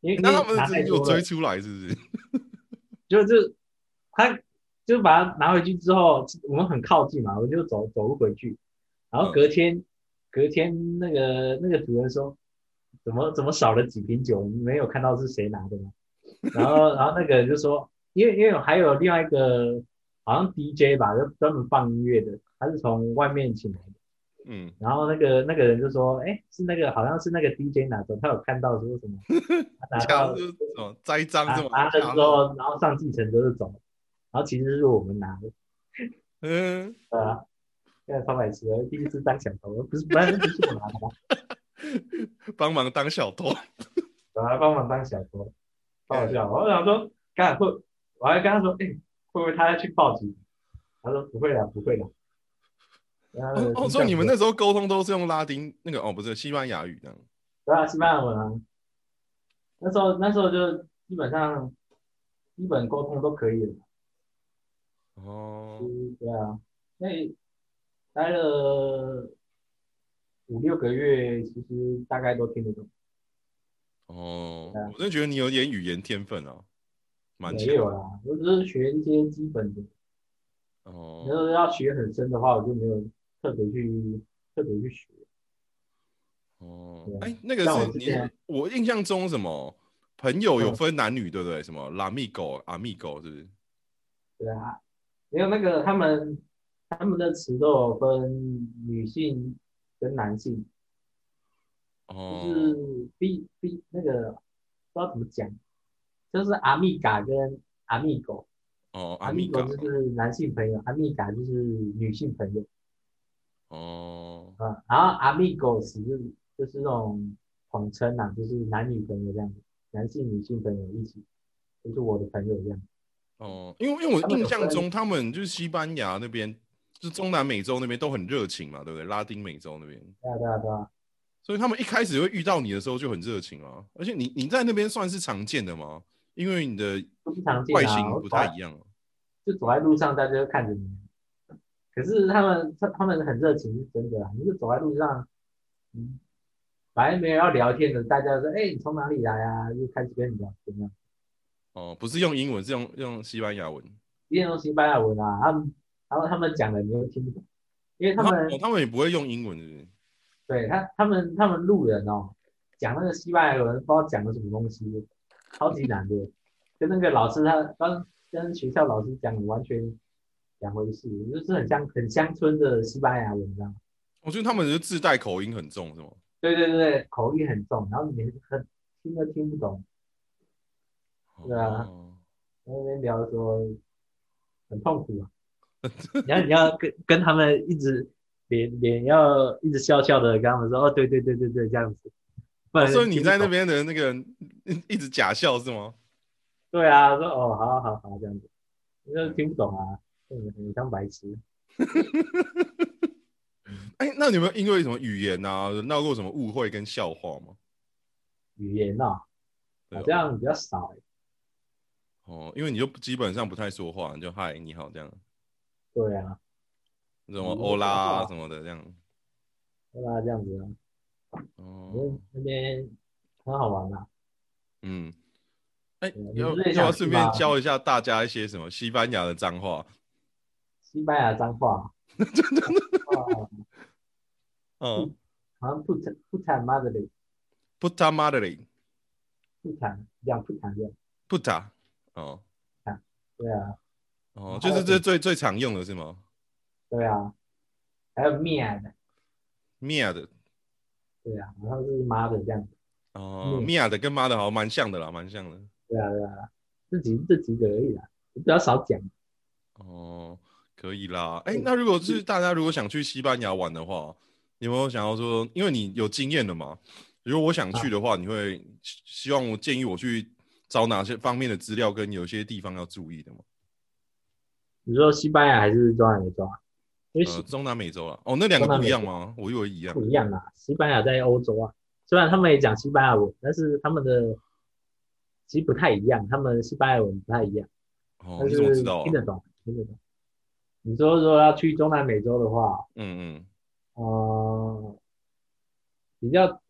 Speaker 2: 因为因为
Speaker 1: 那他
Speaker 2: 拿
Speaker 1: 们
Speaker 2: 太
Speaker 1: 是有
Speaker 2: 多了
Speaker 1: 追，出来是不是？
Speaker 2: 就就他就把它拿回去之后，我们很靠近嘛，我就走走路回去，然后隔天、隔天那个那个主人说，怎么怎么少了几瓶酒？你没有看到是谁拿的吗？然后然后那个人就说，因为因为还有另外一个好像 DJ 吧，就专门放音乐的，他是从外面请来的。
Speaker 1: 嗯，
Speaker 2: 然后那个那个人就说，哎，是那个好像是那个 DJ 拿走，他有看到说什么，他拿
Speaker 1: 像
Speaker 2: 到
Speaker 1: 是什么栽赃
Speaker 2: 拿
Speaker 1: 这种，
Speaker 2: 拿了之后，然后上计程车就走了，然后其实是我们拿的。
Speaker 1: 嗯，
Speaker 2: 对啊，现在超白痴了，第一次当小偷，不是不是不是我拿的吧，
Speaker 1: 帮忙当小 偷，哦
Speaker 2: 我来帮忙当小偷，超好笑。我想说，干会，我还跟他说，哎、会不会他要去报警？他说不会啦，不会啦。然后
Speaker 1: 哦，哦所以你们那时候沟通都是用拉丁那个哦，不是西班牙语这样，
Speaker 2: 对啊，西班牙文啊，那时候那时候就基本上基本沟通都可以了，
Speaker 1: 哦，
Speaker 2: 嗯，对啊，那待了五六个月，其实大概都听得懂。
Speaker 1: 哦
Speaker 2: 对啊，
Speaker 1: 我真的觉得你有点语言天分啊，蛮
Speaker 2: 没
Speaker 1: 强
Speaker 2: 有啊啦，我只是学一些基本的。你要
Speaker 1: 哦。
Speaker 2: 是要学很深的话，我就没有特别去特别去学。
Speaker 1: 哦
Speaker 2: 对，啊
Speaker 1: 哎，那个
Speaker 2: 像我
Speaker 1: 是
Speaker 2: 之
Speaker 1: 你
Speaker 2: 前啊，
Speaker 1: 我印象中什么朋友有
Speaker 2: 嗯
Speaker 1: 分男女，对不对？什么拉米狗、阿米狗，是不是？
Speaker 2: 对啊，没有那个他们他们的词都有分女性跟男性，就
Speaker 1: 哦，
Speaker 2: 是 B B 那个不知道怎么讲，就是阿米嘎跟阿米狗，
Speaker 1: 哦，
Speaker 2: 阿
Speaker 1: 阿米
Speaker 2: 狗
Speaker 1: 狗，
Speaker 2: 就是男性朋友，阿米嘎就是女性朋友
Speaker 1: 哦，
Speaker 2: 啊，然后阿米狗词就是就是那种统称啊，就是男女朋友这样子，男性女性朋友一起，就是我的朋友这样。
Speaker 1: 哦，因为因为
Speaker 2: 他
Speaker 1: 我
Speaker 2: 们
Speaker 1: 印
Speaker 2: 有
Speaker 1: 象
Speaker 2: 分
Speaker 1: 中他们就是西班牙那边，就是中南美洲那边都很热情嘛，对不对？拉丁美洲那边，
Speaker 2: 对啊，对啊，对啊，
Speaker 1: 所以他们一开始会遇到你的时候就很热情啊。而且你你在那边算是常见的吗？因为你的
Speaker 2: 都不常见
Speaker 1: 外形
Speaker 2: 啊。我
Speaker 1: 不
Speaker 2: 走在
Speaker 1: 太一样啊。
Speaker 2: 就走在路上，大家就看着你。啊可是他们他他们很热情，是真的啊。你就走在路上，嗯，反正没有要聊天的，大家就说：“哎、你从哪里来啊？”就开始跟你聊天啊。
Speaker 1: 哦，不是用英文，是用用西班牙文。
Speaker 2: 一定用西班牙文啊，他们然后他们讲的你又听不懂，因为他
Speaker 1: 然后
Speaker 2: 们
Speaker 1: 哦他们也不会用英文，是不是？
Speaker 2: 对他他们他们路人哦，讲那个西班牙文，不知道讲的什么东西，超级难的， 跟那个老师他跟跟学校老师讲的完全两回事，就是很像很乡村的西班牙文，你知道吗？
Speaker 1: 我觉得他们就自带口音很重，是吗？
Speaker 2: 对对对，口音很重，然后你很听都听不懂，对啊
Speaker 1: 哦
Speaker 2: 在那边聊说很痛苦 啊，然后你要跟跟他们一直脸脸要一直笑笑的跟他们说哦对对对对对这样子，不然
Speaker 1: 哦所以你在那
Speaker 2: 听不
Speaker 1: 边
Speaker 2: 懂
Speaker 1: 的那个一一直假笑是吗？
Speaker 2: 对啊，说哦，好好好，这样子，你就是听不懂啊，嗯，你当白痴。
Speaker 1: 哎、那你们因为什么语言啊，闹过什么误会跟笑话吗？
Speaker 2: 语言哦，
Speaker 1: 对啊
Speaker 2: 好像比较少欸。
Speaker 1: 哦，因为你就基本上不太说话，你就嗨你好这样，
Speaker 2: 对啊，
Speaker 1: 什么
Speaker 2: 嗯
Speaker 1: 欧啦、
Speaker 2: 我不说话
Speaker 1: 什么的这样。
Speaker 2: 对啊，这样子啊，
Speaker 1: 哦
Speaker 2: 嗯，，那边很好玩啊。
Speaker 1: 嗯，哎、
Speaker 2: 对啊
Speaker 1: 要
Speaker 2: 你不是也
Speaker 1: 要不要
Speaker 2: 想去
Speaker 1: 顺便
Speaker 2: 吗
Speaker 1: 教一下大家一些什么西班牙的脏话？
Speaker 2: 西班牙脏话，哦，
Speaker 1: 嗯，
Speaker 2: 好像不坦不坦妈的嘞，
Speaker 1: 不他妈的嘞，
Speaker 2: 不坦讲不坦的，
Speaker 1: 不打哦
Speaker 2: 对啊，
Speaker 1: 哦，
Speaker 2: 还
Speaker 1: 就
Speaker 2: 有
Speaker 1: 是这
Speaker 2: 什么
Speaker 1: 最最常用的是吗？
Speaker 2: 对啊，还有面啊的，
Speaker 1: 灭的
Speaker 2: 对啊，然后是妈的这样子，
Speaker 1: 哦，
Speaker 2: 嗯
Speaker 1: 灭的跟妈的好像蛮像的啦，蛮像的。
Speaker 2: 对啊对啊，这几这几个而已啦，比较少讲。
Speaker 1: 哦，可以啦。哎、
Speaker 2: 嗯
Speaker 1: 那如果是大家如果想去西班牙玩的话，你有没有想要说，因为你有经验了嘛？如果我想去的话，你会希希望我建议我去找哪些方面的资料，跟有些地方要注意的吗？
Speaker 2: 你说西班牙还是中南美洲啊？因为西
Speaker 1: 呃，中南美洲啦。哦，那两个不一样吗？我以为一样
Speaker 2: 不。一样啊，西班牙在欧洲啊，虽然他们也讲西班牙文，但是他们的其实不太一样，他们西班牙文不太一样，
Speaker 1: 哦，
Speaker 2: 但
Speaker 1: 你
Speaker 2: 是
Speaker 1: 怎么知道、啊
Speaker 2: 听？得懂，听得懂。你说如果要去中南美洲的话，
Speaker 1: 嗯嗯，
Speaker 2: 呃，比较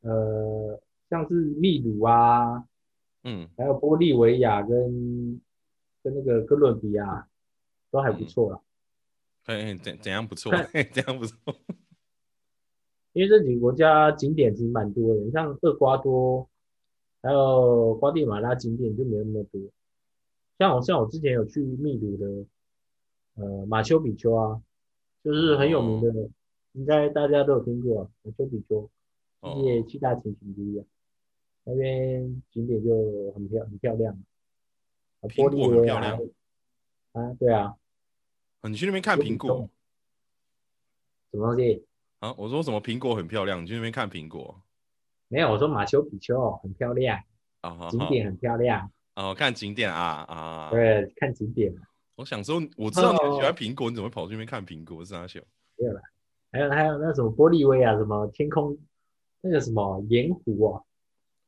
Speaker 2: 呃像是秘鲁啊，
Speaker 1: 嗯
Speaker 2: 还有玻利维亚跟跟那个哥伦比亚都还不
Speaker 1: 嗯
Speaker 2: 错啦。
Speaker 1: 哎，怎怎样不错
Speaker 2: 看，
Speaker 1: 嘿 怎样不错，
Speaker 2: 因为这几个国家景点其实蛮多的，你像厄瓜多，还有瓜地马拉景点就没有那么多。像我像我之前有去秘鲁的，呃，马丘比丘啊，就是很有名的，
Speaker 1: 哦
Speaker 2: 应该大家都有听过、啊、马丘比丘，世界
Speaker 1: 哦，
Speaker 2: 七大景区之一啊。那边景点就很漂很漂亮，啊，玻
Speaker 1: 苹
Speaker 2: 利
Speaker 1: 果很
Speaker 2: 维
Speaker 1: 漂
Speaker 2: 亚
Speaker 1: 亮
Speaker 2: 啊，对啊，
Speaker 1: 哦你去那边看
Speaker 2: 有比
Speaker 1: 苹果
Speaker 2: 重什么东西？
Speaker 1: 啊？我说什么苹果很漂亮，你去那边看苹果
Speaker 2: 没有，我说马丘比丘很漂亮，
Speaker 1: 啊？好
Speaker 2: 景
Speaker 1: 好
Speaker 2: 点很漂亮，
Speaker 1: 哦，看景点啊啊！
Speaker 2: 对，看景点。
Speaker 1: 我想说，我知道你很喜欢苹果，你怎么会跑去那边看苹果？是哪小？
Speaker 2: 还有还有那什么玻利维亚什么天空，那个什么盐湖哦，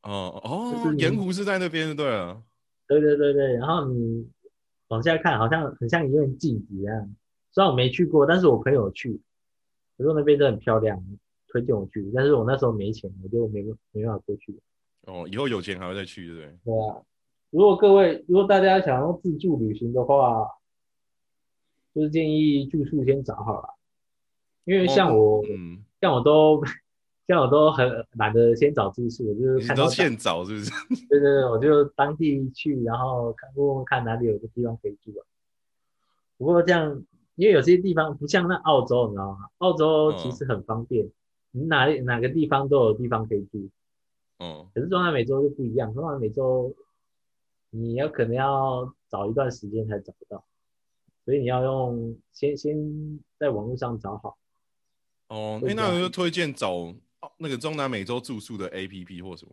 Speaker 1: 哦
Speaker 2: 就
Speaker 1: 哦
Speaker 2: 是，你
Speaker 1: 盐湖是在那边，对了。
Speaker 2: 对对对对，然后你往下看，好像很像一面镜子一样。虽然我没去过，但是我朋友去，我说那边真的很漂亮，推荐我去。但是我那时候没钱，我就没没办法过去。
Speaker 1: 哦，以后有钱还会再去，对不对？
Speaker 2: 对啊，如果各位如果大家想要自助旅行的话，就是建议住宿先找好了，因为像我、
Speaker 1: 嗯，
Speaker 2: 像我都像我都很懒得先找住宿，我就是
Speaker 1: 你
Speaker 2: 看到
Speaker 1: 都现找是不是？
Speaker 2: 对对对，我就当地去，然后看问问看哪里有个地方可以住啊。不过这样，因为有些地方不像那澳洲，你知道吗？澳
Speaker 1: 嗯
Speaker 2: 洲其实很方便，你哪里哪个地方都有地方可以住。
Speaker 1: 哦，
Speaker 2: 可是中南美洲就不一样，中南美洲你要可能要找一段时间才找得到，所以你要用先先在网络上找好。
Speaker 1: 哦，
Speaker 2: 对
Speaker 1: 哎，
Speaker 2: 对
Speaker 1: 那我就推荐找哦那个中南美洲住宿的 A P P 或什么，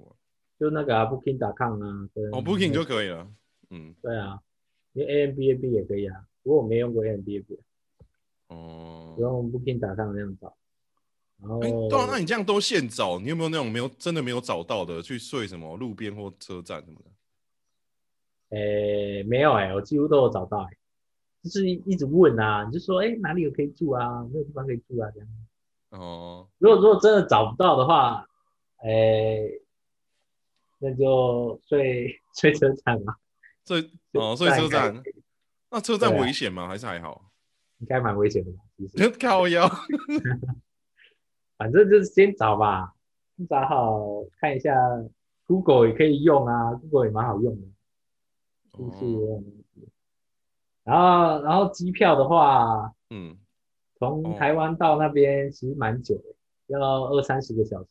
Speaker 2: 就那个、啊、Booking.com 啊，跟
Speaker 1: 哦，Booking 就可以了。嗯，
Speaker 2: 对啊，因为 a m b n b 也可以啊，不过我没用过 a m b n b
Speaker 1: 哦
Speaker 2: 不，用 Booking 打上那样找。然后
Speaker 1: 哎，对啊，那你这样都现找，你有没有那种没有真的没有找到的，去睡什么路边或车站什么的？
Speaker 2: 诶、没有诶、我几乎都有找到诶、就是一直问啊，你就说诶、哪里有可以住啊，没有地方可以住啊这样。
Speaker 1: 哦，
Speaker 2: 如果如果真的找不到的话，诶、那就睡睡车站吧，
Speaker 1: 这哦，所以车
Speaker 2: 应
Speaker 1: 站，
Speaker 2: 该
Speaker 1: 那车站
Speaker 2: 对啊
Speaker 1: 危险吗？还是还好？
Speaker 2: 应该蛮危险的吧，其实
Speaker 1: 就 靠腰。
Speaker 2: 反正就是先找吧，先找好看一下，Google 也可以用啊，Google 也蛮好用的。住宿
Speaker 1: 哦
Speaker 2: 也很便宜然后，然后机票的话，
Speaker 1: 嗯，
Speaker 2: 从
Speaker 1: 哦
Speaker 2: 台湾到那边其实蛮久的，要二三十个小时。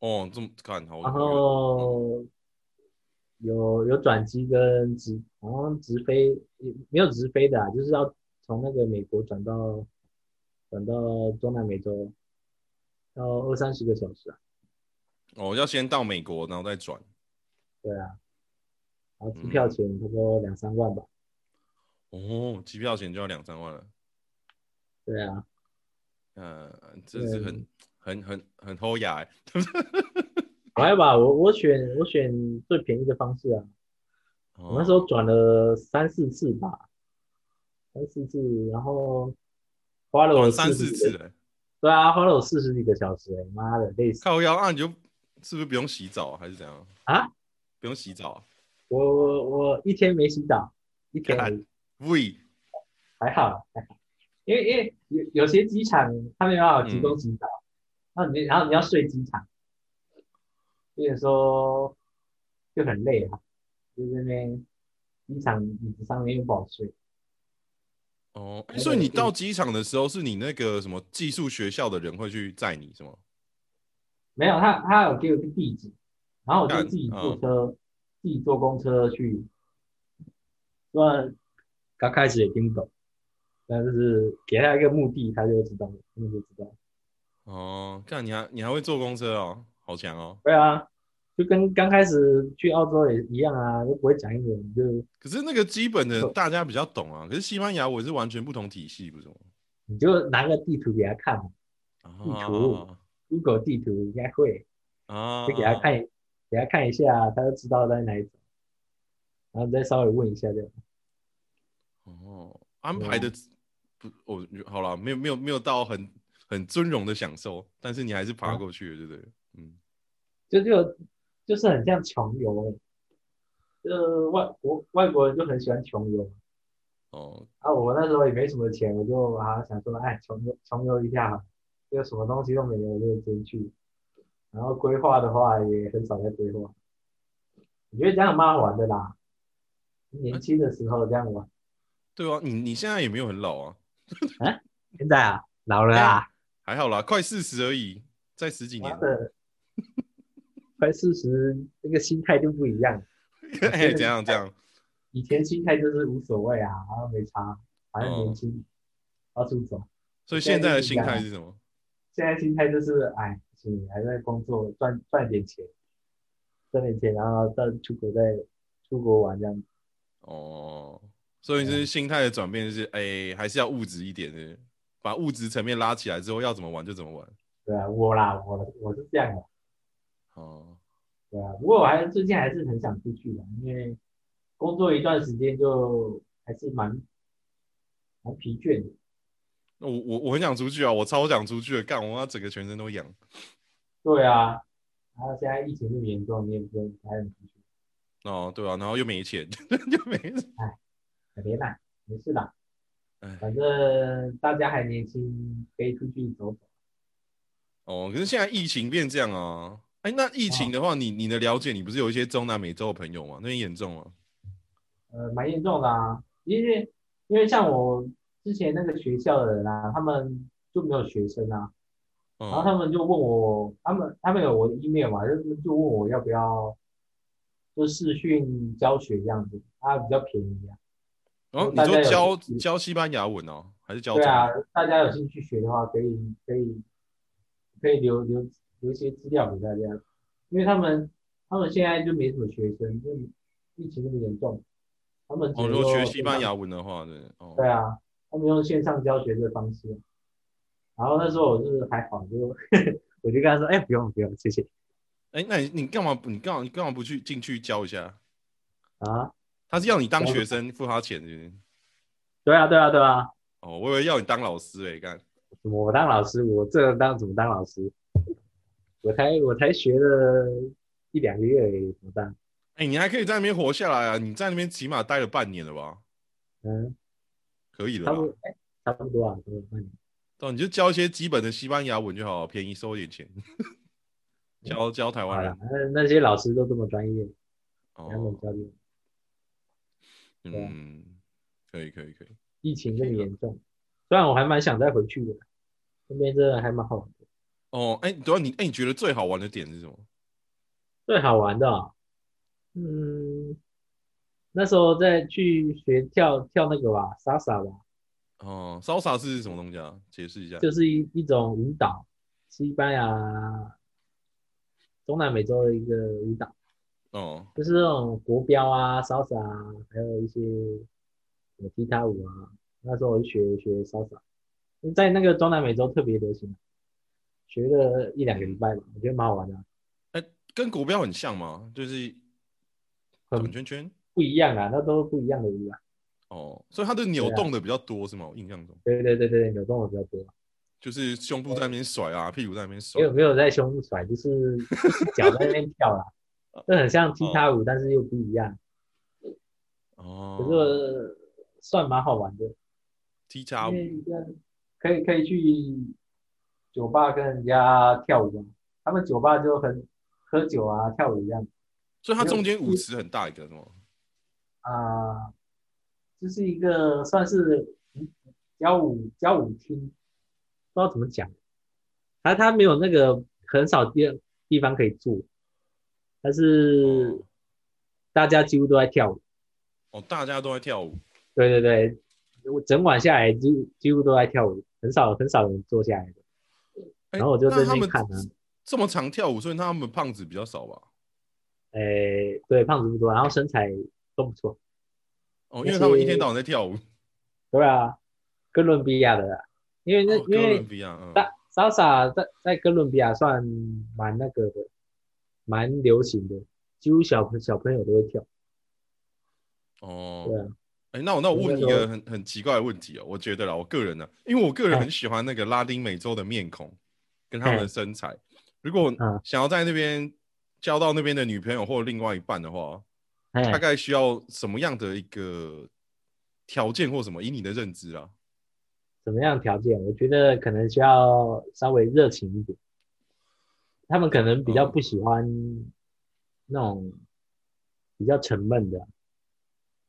Speaker 1: 哦，这么看好。
Speaker 2: 然后有有转机跟直，然后直飞也没有直飞的、啊，就是要从那个美国转到转到中南美洲，要二三十个小时啊。
Speaker 1: 哦，要先到美国，然后再转。
Speaker 2: 对啊，然后机票
Speaker 1: 嗯
Speaker 2: 钱差不多两三万吧。
Speaker 1: 哦，机票钱就要两三万了。
Speaker 2: 对啊，
Speaker 1: 呃，这是很
Speaker 2: 嗯
Speaker 1: 很很很厚雅欸。
Speaker 2: 还有吧，我我选我选最便宜的方式啊。
Speaker 1: 哦
Speaker 2: 我那时候转了三四次吧，三四次，然后花了
Speaker 1: 转
Speaker 2: 我
Speaker 1: 哦三四
Speaker 2: 40几
Speaker 1: 次欸
Speaker 2: 个，
Speaker 1: 了，
Speaker 2: 对啊，花了我四十几个小时、欸，妈的，累死！
Speaker 1: 靠腰啊，你就是不是不用洗澡啊还是怎样
Speaker 2: 啊？
Speaker 1: 不用洗澡啊？
Speaker 2: 我我我一天没洗澡，一天而已
Speaker 1: 喂，
Speaker 2: 还好，还好，因为因为有有些机场他没办法提供洗澡，那你然后你要睡机场，所以说就很累啊，就在那边机场椅子上面又不好睡，
Speaker 1: 哦，欸
Speaker 2: 那
Speaker 1: 所以
Speaker 2: 个
Speaker 1: 你
Speaker 2: 是
Speaker 1: 到机场的时候，是你那个什么技术学校的人会去载你是吗？
Speaker 2: 没有，他他有给我个地址，然后我就
Speaker 1: 干
Speaker 2: 自己坐
Speaker 1: 嗯
Speaker 2: 车，自己坐公车去。那刚开始也听不懂，但是给他一个目的，他就会知道了，他们就知道了。
Speaker 1: 哦，看你还你还会坐公车哦，好强哦。
Speaker 2: 对啊，就跟刚开始去澳洲也一样啊，都不会讲英文，就
Speaker 1: 可是那个基本的
Speaker 2: 对
Speaker 1: 大家比较懂啊，可是西班牙我是完全不同体系，不是吗？
Speaker 2: 你就拿个地图给他看地图
Speaker 1: 啊
Speaker 2: ，Google 地图应该会，
Speaker 1: 啊，
Speaker 2: 哦就给他看，给他看一下，他就知道在哪里走，然后再稍微问一下就好。
Speaker 1: 哦，安排
Speaker 2: 嗯
Speaker 1: 的不，我觉得好了，没有没有没有到很很尊荣的享受，但是你还是爬
Speaker 2: 啊
Speaker 1: 过去了，对不对？嗯，
Speaker 2: 就就就是很像穷游欸，就是外国外国人就很喜欢穷游，
Speaker 1: 哦，
Speaker 2: 啊，我那时候也没什么钱，我就啊想说，哎，穷游穷游一下，就什么东西都没有，我就先去。然后规划的话也很少在规划，我觉得这样蛮好玩的啦。年轻的时候这样玩，
Speaker 1: 对啊，你你现在也没有很老啊，
Speaker 2: 现在啊老了啊，
Speaker 1: 还好啦，快四十而已，在十几
Speaker 2: 妈
Speaker 1: 年，
Speaker 2: 的，快四十，那个心态就不一样。
Speaker 1: 哎，怎样这样？
Speaker 2: 以前心态就是无所谓啊，然后没差，反正
Speaker 1: 哦
Speaker 2: 年轻，到处走。
Speaker 1: 所以现在的
Speaker 2: 现
Speaker 1: 心
Speaker 2: 在就不一样啊
Speaker 1: 态是什么？
Speaker 2: 现在心态就是，哎，不行，还在工作，赚赚点钱，赚点钱，然后到出国再出国玩这样。
Speaker 1: 哦，所以
Speaker 2: 啊
Speaker 1: 就是心态的转变，就是哎、还是要物质一点的，把物质层面拉起来之后，要怎么玩就怎么玩。
Speaker 2: 对啊，我啦，我我是这样的，
Speaker 1: 哦，
Speaker 2: 对啊。不过我还最近还是很想出去的，因为工作一段时间就还是蛮蛮疲倦的。
Speaker 1: 那我我我很想出去啊，我超想出去的，干我妈整个全身都痒。
Speaker 2: 对啊，然后现在疫情那么严重，你也不用还很出去，
Speaker 1: 哦，对啊，然后又没钱， 又没钱，
Speaker 2: 可怜啦，没事啦
Speaker 1: 哎。
Speaker 2: 反正大家还年轻，可以出去走走。
Speaker 1: 哦，可是现在疫情变这样啊。哎，那疫情的话，你你的了解，你不是有一些中南美洲的朋友吗？那边严重吗？
Speaker 2: 呃，蛮严重的啊，因为因为像我之前那个学校的人啊，他们就没有学生啊，然后他
Speaker 1: 嗯，
Speaker 2: 们就问我，他们他们有我的 email 嘛，就就问我要不要就视讯教学这样子，啊比较便宜啊，
Speaker 1: 然哦后你
Speaker 2: 大家
Speaker 1: 说
Speaker 2: 有
Speaker 1: 教
Speaker 2: 兴趣
Speaker 1: 教西班牙文哦，还是教
Speaker 2: 对
Speaker 1: 中
Speaker 2: 啊
Speaker 1: 文？，
Speaker 2: 大家有兴趣学的话，可以可以可以留留留一些资料给大家，因为他们他们现在就没什么学生，因为疫情那么严重，他们只
Speaker 1: 哦，
Speaker 2: 能
Speaker 1: 如果学
Speaker 2: 用
Speaker 1: 西班牙文的话，对哦，
Speaker 2: 对啊，他们用线上教学的方式。然后那时候我就是还好，就 我就跟他说，哎、不用不用，谢谢
Speaker 1: 哎，那你你干嘛不？你干嘛你干嘛不去进去教一下？
Speaker 2: 啊。
Speaker 1: 他是要你当
Speaker 2: 然后
Speaker 1: 学生付他钱是不是？
Speaker 2: 对啊对啊对啊，
Speaker 1: 哦，我以为要你当老师哎、欸，干
Speaker 2: 我当老师，我这当怎么当老师？我才我才学了一两个月而已，怎么当？
Speaker 1: 哎、你还可以在那边活下来啊！你在那边起码待了半年了吧？
Speaker 2: 嗯，
Speaker 1: 可以
Speaker 2: 差
Speaker 1: 了
Speaker 2: 不
Speaker 1: 吧
Speaker 2: 多，哎、差不多啊，差不多半年。
Speaker 1: 对，你就教一些基本的西班牙文就好，便宜收一点钱。
Speaker 2: 嗯
Speaker 1: 教教台
Speaker 2: 好
Speaker 1: 湾
Speaker 2: 了
Speaker 1: 人，
Speaker 2: 那那些老师都这么专业，他们
Speaker 1: 哦，
Speaker 2: 教练，对啊
Speaker 1: 嗯，可以可以可以。
Speaker 2: 疫情这么严重，虽然我还蛮想再回去的，那边真的还蛮好玩的，
Speaker 1: 哦，哎、等下你哎、你觉得最好玩的点是什么？
Speaker 2: 最好玩的哦、嗯，那时候在去学跳跳那个吧，莎莎吧，
Speaker 1: 哦，潇洒是什么东西啊？解释一下。
Speaker 2: 就是一一种舞蹈，西班牙、中南美洲的一个舞蹈，
Speaker 1: 哦
Speaker 2: 就是那种国标啊、莎莎啊，还有一些什么踢踏舞啊。那时候我就学学莎莎，在那个中南美洲特别流行，学了一两个礼拜吧，我觉得蛮好玩的，啊
Speaker 1: 跟国标很像吗？就是
Speaker 2: 很
Speaker 1: 转圈圈。
Speaker 2: 不一样啊，那都是不一样的舞啊。
Speaker 1: 哦，所以它的扭
Speaker 2: 对啊
Speaker 1: 动的比较多是吗？我印象中
Speaker 2: 对对对对，扭动的比较多。
Speaker 1: 就是胸部在那边甩啊，屁股在那边甩
Speaker 2: 没。有没有在胸部甩，就是就是脚在那边跳 啦，这很像踢踏舞，但是又不一样，
Speaker 1: 哦，
Speaker 2: 可是算蛮好玩的，
Speaker 1: 踢踏
Speaker 2: 因
Speaker 1: 舞
Speaker 2: 为这样可以可以去酒吧跟人家跳舞啊，他们酒吧就很喝酒啊跳舞一样
Speaker 1: 所以它中间舞池很大一个，是吗？
Speaker 2: 啊，这、是一个算是交舞交舞厅，不知道怎么讲，他他没有那个很少地地方可以坐，但是。
Speaker 1: 哦
Speaker 2: 大家几乎都在跳舞。
Speaker 1: 哦，大家都在跳舞。
Speaker 2: 对对对，我整晚下来几乎几乎都在跳舞，很少很少人坐下来的。
Speaker 1: 哎
Speaker 2: 然后我就在
Speaker 1: 那
Speaker 2: 那
Speaker 1: 他
Speaker 2: 边
Speaker 1: 们
Speaker 2: 看啊
Speaker 1: 这么常跳舞，所以他们胖子比较少吧？
Speaker 2: 诶、对，胖子不多，然后身材都不错。
Speaker 1: 哦，
Speaker 2: 那
Speaker 1: 因为他们
Speaker 2: 些
Speaker 1: 一天到晚在跳舞。
Speaker 2: 对啊，哥伦比亚的啦，因为那、
Speaker 1: 哦哥
Speaker 2: 因为
Speaker 1: 伦比亚，嗯，
Speaker 2: 大 salsa 在在哥伦比亚算蛮那个的，蛮流行的，几乎小小朋友都会跳。对
Speaker 1: 哦，
Speaker 2: 啊，
Speaker 1: 哎，那我那我问你一
Speaker 2: 那时
Speaker 1: 个
Speaker 2: 候
Speaker 1: 很很奇怪的问题哦，我觉得啦，我个人呢，因为我个人
Speaker 2: 啊
Speaker 1: 很喜欢那个拉丁美洲的面孔跟他们的身材。如果
Speaker 2: 嗯
Speaker 1: 想要在那边交到那边的女朋友或另外一半的话，
Speaker 2: 哎
Speaker 1: 大概需要什么样的一个条件或什么？以你的认知啦，
Speaker 2: 什么样的条件？我觉得可能需要稍微热情一点。他们可能比较不喜欢那种比较沉闷的，啊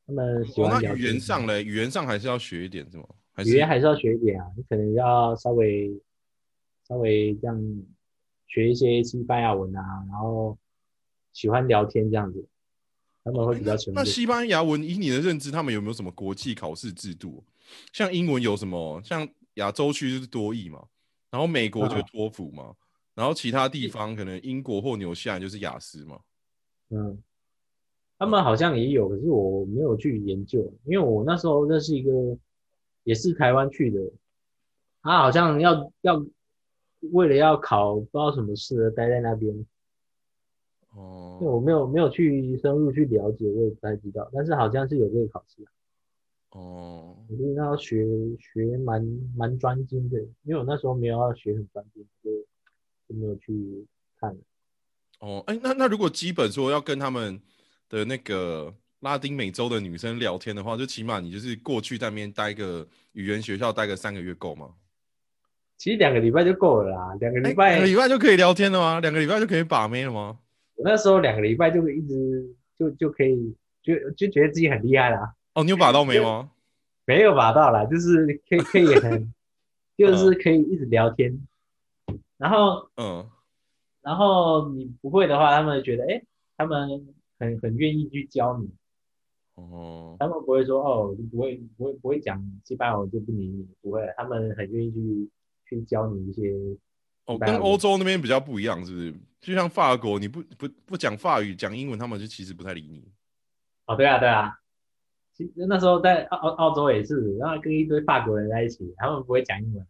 Speaker 2: 他们喜
Speaker 1: 哦，
Speaker 2: 欢
Speaker 1: 那
Speaker 2: 聊
Speaker 1: 语言
Speaker 2: 天
Speaker 1: 上嘞，语言上还是要学一点是吗？还
Speaker 2: 语
Speaker 1: 是
Speaker 2: 言还是要学一点啊，你可能要稍微稍微这样学一些西班牙文啊，然后喜欢聊天这样子，他们会比较沉
Speaker 1: 那
Speaker 2: 稳。
Speaker 1: 西班牙文以你的认知，他们有没有什么国际考试制度？像英文有什么？像亚洲区就是多益嘛，然后美国就是
Speaker 2: 嗯
Speaker 1: 托福嘛，然后其他地方可能英国或纽西兰就是雅思嘛。
Speaker 2: 嗯，他们好像也有，可是我没有去研究，因为我那时候认识一个也是台湾去的，他好像要要为了要考，不知道什么事而待在那边，因为
Speaker 1: 哦
Speaker 2: 我没有没有去深入去了解，我也不太知道，但是好像是有这个考试。
Speaker 1: 哦，
Speaker 2: 我觉得那要学学蛮蛮专精的，因为我那时候没有要学很专精，就就没有去看。
Speaker 1: 哦，哎、那那如果基本说要跟他们的那个拉丁美洲的女生聊天的话，就起码你就是过去在那边待个语言学校待个三个月够吗？
Speaker 2: 其实两个礼拜就够了啦，两个
Speaker 1: 哎
Speaker 2: 礼
Speaker 1: 两
Speaker 2: 拜，
Speaker 1: 个礼拜就可以聊天了吗？两个礼拜就可以把妹了吗？
Speaker 2: 我那时候两个礼拜就一直就就可以就就觉得自己很厉害啦，
Speaker 1: 哦，你有把到妹吗？
Speaker 2: 没有把到啦，就是可以可以很，就是可以一直聊天，然后
Speaker 1: 嗯，
Speaker 2: 然后你不会的话，他们觉得哎、诶他们很很愿意去教你，
Speaker 1: 哦，
Speaker 2: 他们不会说哦，你不会不会不会讲西班牙文就不理你，不会，他们很愿意去去教你一些，
Speaker 1: 哦，
Speaker 2: 西班牙
Speaker 1: 跟
Speaker 2: 文
Speaker 1: 欧洲那边比较不一样，是不是？就像法国，你不不不讲法语，讲英文，他们就其实不太理你。
Speaker 2: 哦，对啊对啊，其实那时候在澳澳澳洲也是，然后跟一堆法国人在一起，他们不会讲英文，啊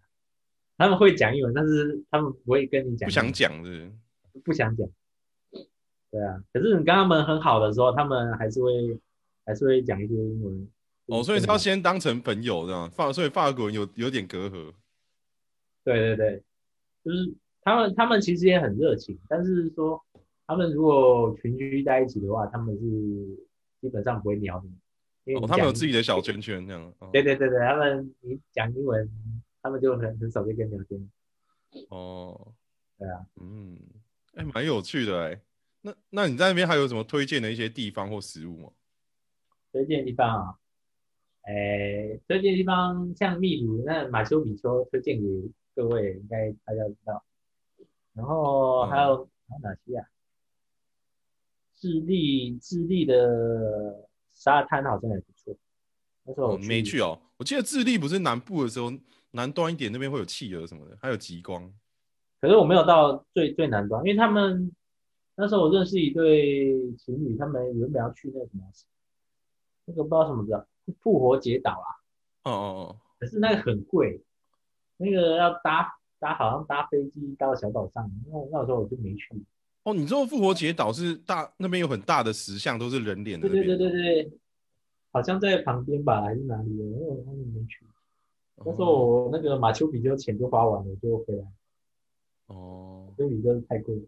Speaker 2: 他们会讲英文，但是他们不会跟你讲
Speaker 1: 不
Speaker 2: 英文，
Speaker 1: 想讲是
Speaker 2: 不想讲，对啊，可是你跟他们很好的时候，他们还是会还是会讲一些英文，
Speaker 1: 不是哦，所以是要先当成朋友这样。法，所以法国人有有点隔阂。
Speaker 2: 对对对，就是他们他们其实也很热情，但是说他们如果群居在一起的话，他们是基本上不会鸟你，因为
Speaker 1: 哦
Speaker 2: 你，
Speaker 1: 他们有
Speaker 2: 讲
Speaker 1: 自己的小圈圈这样。哦
Speaker 2: 对对对对，他们你讲英文，他们就很很少在跟你聊天。
Speaker 1: 哦，
Speaker 2: 对啊，
Speaker 1: 嗯，哎、蛮有趣的哎、那那你在那边还有什么推荐的一些地方或食物吗？
Speaker 2: 推荐的地方啊，哎，推荐的地方像秘鲁，那马丘比丘推荐给各位，应该大家知道。然
Speaker 1: 嗯
Speaker 2: 后还有、还有哪些啊？智利，智利的沙滩好像也不错。那时候
Speaker 1: 哦，
Speaker 2: 我
Speaker 1: 你没去哦。我记得智利不是南部的时候，南端一点那边会有企鹅什么的，还有极光。
Speaker 2: 可是我没有到最最南端，因为他们那时候我认识一对情侣，他们原本要去那个什么，那个不知道什么的复活节岛啊，
Speaker 1: 哦哦
Speaker 2: 可是那个很贵，那个要搭搭好像搭飞机到小岛上，那那时候我就没去。
Speaker 1: 哦哦，你知道复活节岛是大那边有很大的石像，都是人脸的
Speaker 2: 对
Speaker 1: 那边
Speaker 2: 对
Speaker 1: 吗。
Speaker 2: 对对对，好像在旁边吧，还是哪里的，因为我我没去。
Speaker 1: 哦，
Speaker 2: 那时候我那个马丘比丘钱就花完了，就回来。
Speaker 1: 哦，
Speaker 2: 所以丘太贵了。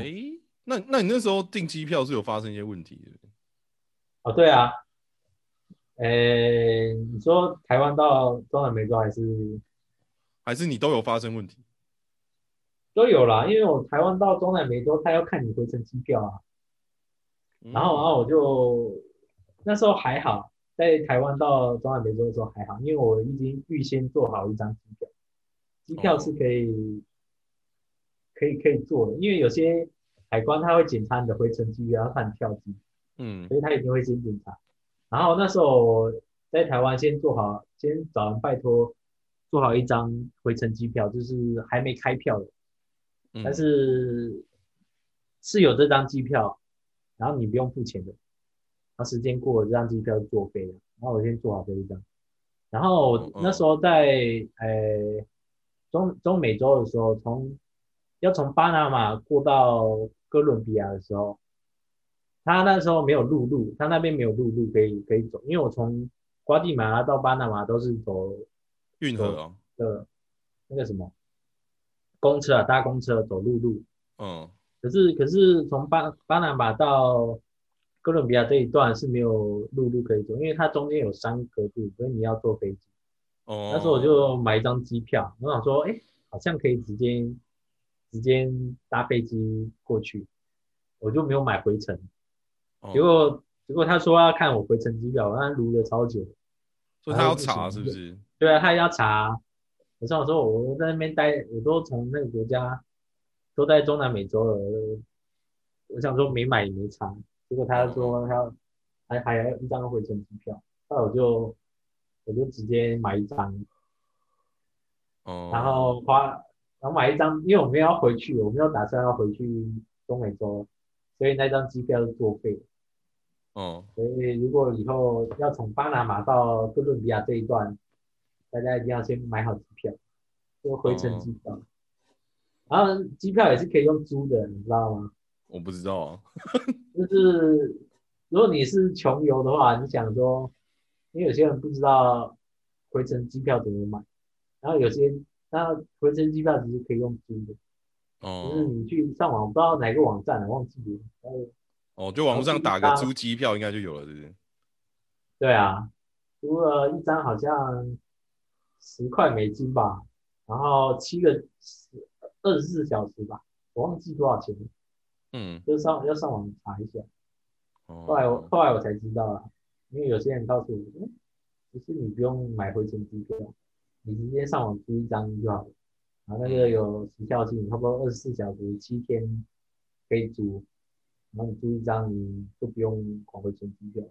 Speaker 1: 哎、那那你那时候订机票是有发生一些问题的，
Speaker 2: 哦，对啊，呃，你说台湾到中南美洲还是
Speaker 1: 还是你都有发生问题？
Speaker 2: 都有啦，因为我台湾到中南美洲，他要看你回程机票啊。然后，然啊
Speaker 1: 嗯
Speaker 2: 后我就那时候还好，在台湾到中南美洲的时候还好，因为我已经预先做好一张机票，机票是可以、可以可以做的，因为有些海关他会检查你的回程机票，看票机，
Speaker 1: 嗯
Speaker 2: 所以他一定会先检查。然后那时候我在台湾先做好，先找人拜托做好一张回程机票，就是还没开票的。
Speaker 1: 嗯，
Speaker 2: 但是是有这张机票，然后你不用付钱的，然后时间过了，这张机票就作废了。然后我先做好这一张，然
Speaker 1: 嗯
Speaker 2: 后我
Speaker 1: 嗯
Speaker 2: 那时候在呃中中美洲的时候，从要从巴拿马过到哥伦比亚的时候，他那时候没有陆路，他那边没有陆路可以可以走，因为我从瓜地马拉到巴拿马都是走
Speaker 1: 运河哦，
Speaker 2: 的那个什么公车啊，搭公车走陆路。
Speaker 1: 嗯，
Speaker 2: 可是可是从巴巴拿马到哥伦比亚这一段是没有陆路可以走，因为它中间有山隔住，所以你要坐飞机。
Speaker 1: 哦，
Speaker 2: 那时候我就买一张机票，我想说，哎、好像可以直接直接搭飞机过去，我就没有买回程。
Speaker 1: 哦
Speaker 2: 结果结果他说要看我回程机票，那撸了超久。
Speaker 1: 所以他要查是不是？
Speaker 2: 对啊，他要查。我上说我在那边待，我都从那个国家都在中南美洲了，我想说没买也没查，结果他说他要还还要一张回程机票，后来我就我就直接买一张，
Speaker 1: 哦，
Speaker 2: 然后花然后买一张，因为我没有要回去，我没有打算要回去中美洲，所以那张机票是作废的。
Speaker 1: 哦，
Speaker 2: 所以如果以后要从巴拿马到哥伦比亚这一段，大家一定要先买好机票，就回程机票。然后机票也是可以用租的，你知道吗？
Speaker 1: 我不知道啊，
Speaker 2: 就是如果你是穷游的话，你想说，因为有些人不知道回程机票怎么买，然后有些那回程机票其实可以用租的，就是
Speaker 1: 哦
Speaker 2: 你去上网，不知道哪个网站了，忘记了。然后
Speaker 1: 哦，就网络上打个租机票应该就有了，是不是？
Speaker 2: 对啊，除了一张好像十块美金吧，然后七个二十四小时吧，我忘记多少钱了，
Speaker 1: 嗯，
Speaker 2: 就上要上网查一下。
Speaker 1: 哦
Speaker 2: 后来啊我后来我才知道啦，因为有些人告诉我，嗯，其实你不用买回程机票，你直接上网租一张就好了。然后那个有时效性，差不多二十四小时、七天可以租，然后你租一张，你就不用管回程机票。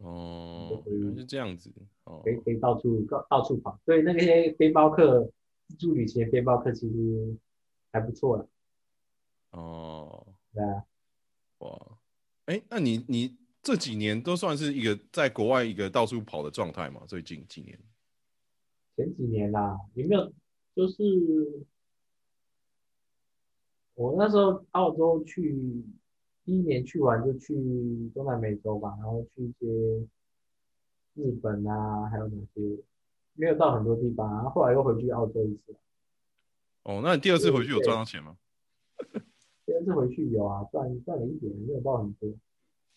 Speaker 1: 哦，原来是这样子哦
Speaker 2: 可，以可以到处到到处跑。所以那些背包客自助旅行的背包客其实还不错了，
Speaker 1: 哦，
Speaker 2: 对啊，
Speaker 1: 哇，哎，那你你这几年都算是一个在国外一个到处跑的状态嘛？最近几年，
Speaker 2: 前几年啦，有没有就是我那时候澳洲去第一年去完就去中南美洲吧，然后去一些日本啊，还有哪些没有到很多地方，然后后来又回去澳洲一次。
Speaker 1: 哦，那你第二次回去有赚到钱吗？
Speaker 2: 第二次回去有啊，赚赚了一点，没有到很多。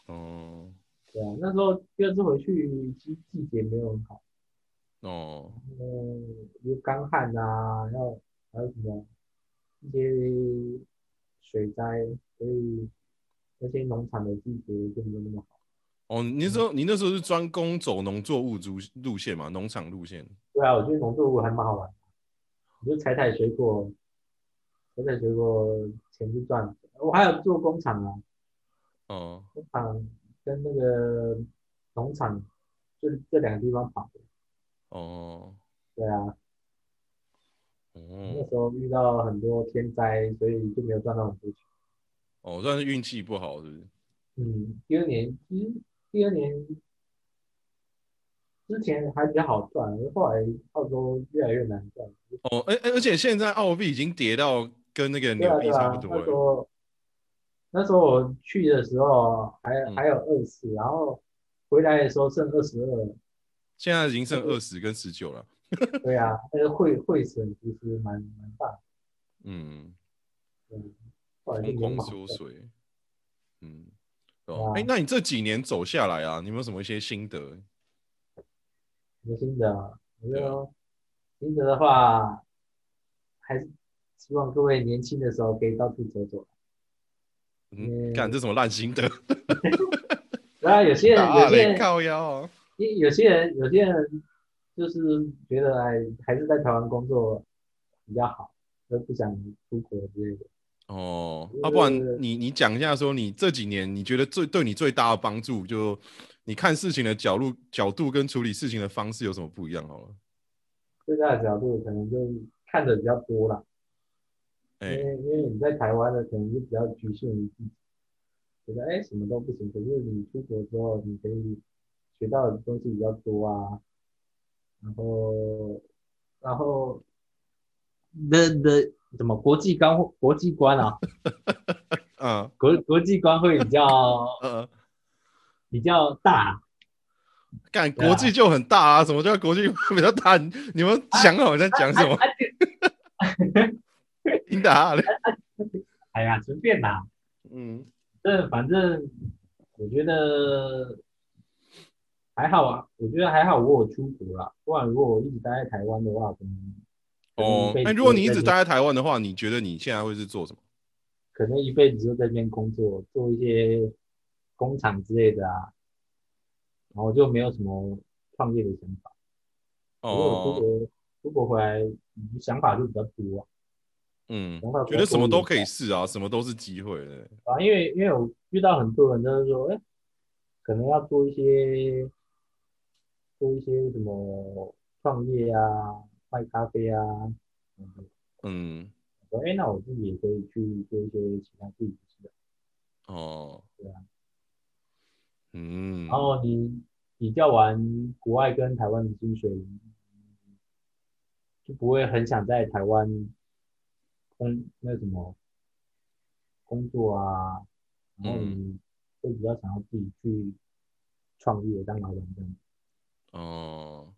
Speaker 1: 哦
Speaker 2: 对啊，那时候第二次回去季季节没有很好。
Speaker 1: 哦，
Speaker 2: 嗯，有干旱啊，然后还有什么一些水灾，所以那些农场的季节就没有那么好。
Speaker 1: 哦，你那时候你那时候是专攻走农作物路路线嘛，农场路线。
Speaker 2: 对啊，我觉得农作物还蛮好玩的，你就采采水果，采采水果钱就赚了。我还有做工厂啊，
Speaker 1: 哦
Speaker 2: 工厂跟那个农场，就是这两个地方跑的。
Speaker 1: 哦
Speaker 2: 对啊，那
Speaker 1: 哦
Speaker 2: 时候遇到很多天灾，所以就没有赚到很多钱。
Speaker 1: 哦，算是运气不好，是不是？
Speaker 2: 嗯，第二年，第第二年之前还比较好赚，后来澳洲越来越难赚。
Speaker 1: 哦，而、而而且现在澳币已经跌到跟那个
Speaker 2: 对
Speaker 1: 纽
Speaker 2: 啊，
Speaker 1: 币
Speaker 2: 对
Speaker 1: 差不多
Speaker 2: 啊，那时
Speaker 1: 了。
Speaker 2: 候那时候我去的时候还
Speaker 1: 嗯
Speaker 2: 还有二十，然后回来的时候剩二十二。
Speaker 1: 现在已经剩二十跟十九了。
Speaker 2: 对啊，那个汇汇损其实蛮蛮大的，
Speaker 1: 嗯，
Speaker 2: 嗯，后来就
Speaker 1: 疯狂
Speaker 2: 没有买。
Speaker 1: 缩水。嗯，
Speaker 2: 对
Speaker 1: 哦
Speaker 2: 啊，
Speaker 1: 哎、那你这几年走下来啊，你有没有什么一些心得？
Speaker 2: 什么心得啊？我
Speaker 1: 对啊
Speaker 2: 就心得的话，还是希望各位年轻的时候可以到处走走。
Speaker 1: 嗯，
Speaker 2: 嗯
Speaker 1: 干、这什么烂心得？
Speaker 2: 然后有些人，有
Speaker 1: 打
Speaker 2: 些
Speaker 1: 嘞
Speaker 2: 人。
Speaker 1: 靠腰啊、
Speaker 2: 因为有些人，有些人就是觉得哎，还是在台湾工作比较好，而不想出国之类的。
Speaker 1: 哦，
Speaker 2: 就
Speaker 1: 要、不
Speaker 2: 是
Speaker 1: 然你你讲一下，说你这几年你觉得最对你最大的帮助，就你看事情的角度角度跟处理事情的方式有什么不一样？好了，
Speaker 2: 最大的角度可能就是看的比较多啦，
Speaker 1: 哎、
Speaker 2: 因为因为你在台湾的可能就比较局限于自己，觉得哎什么都不行。可是你出国之后，你可以学到的东西比较多啊，然后然后的的怎么国际观国际观啊，
Speaker 1: 嗯
Speaker 2: 国国际观会比较
Speaker 1: 呃，
Speaker 2: 比较大。
Speaker 1: 干
Speaker 2: 对啊
Speaker 1: 国际就很大啊，什么叫国际比较大？ 你你们想好你在讲 什么？啊
Speaker 2: 啊这
Speaker 1: 英达嘞，
Speaker 2: 哎呀，随便啦，
Speaker 1: 嗯，
Speaker 2: 这反正我觉得还好啊，我觉得还好，我有出国啦，不然如果我一直待在台湾的话，可能
Speaker 1: 哦，
Speaker 2: 那
Speaker 1: 那如果你一直待在台湾的话，你觉得你现在会是做什么？
Speaker 2: 可能一辈子就在那边工作，做一些工厂之类的啊，然后就没有什么创业的想法。如果出
Speaker 1: 哦，
Speaker 2: 国出国回来，嗯想法就比较多啊，
Speaker 1: 嗯，
Speaker 2: 想法比
Speaker 1: 觉
Speaker 2: 较
Speaker 1: 得什么都
Speaker 2: 多元
Speaker 1: 可以试啊，什么都是机会的。
Speaker 2: 啊，因为因为我遇到很多人都是说，哎，可能要做一些做一些什么创业啊，卖咖啡啊，嗯，
Speaker 1: 嗯，
Speaker 2: 我说，哎，那我自己也可以去做一些其他自己的事啊。
Speaker 1: 哦，
Speaker 2: 对啊，
Speaker 1: 嗯，
Speaker 2: 然后你比较完国外跟台湾的薪水，就不会很想在台湾工那什么工作啊，然后你会比较想要自己去创业当老板这样。
Speaker 1: 哦，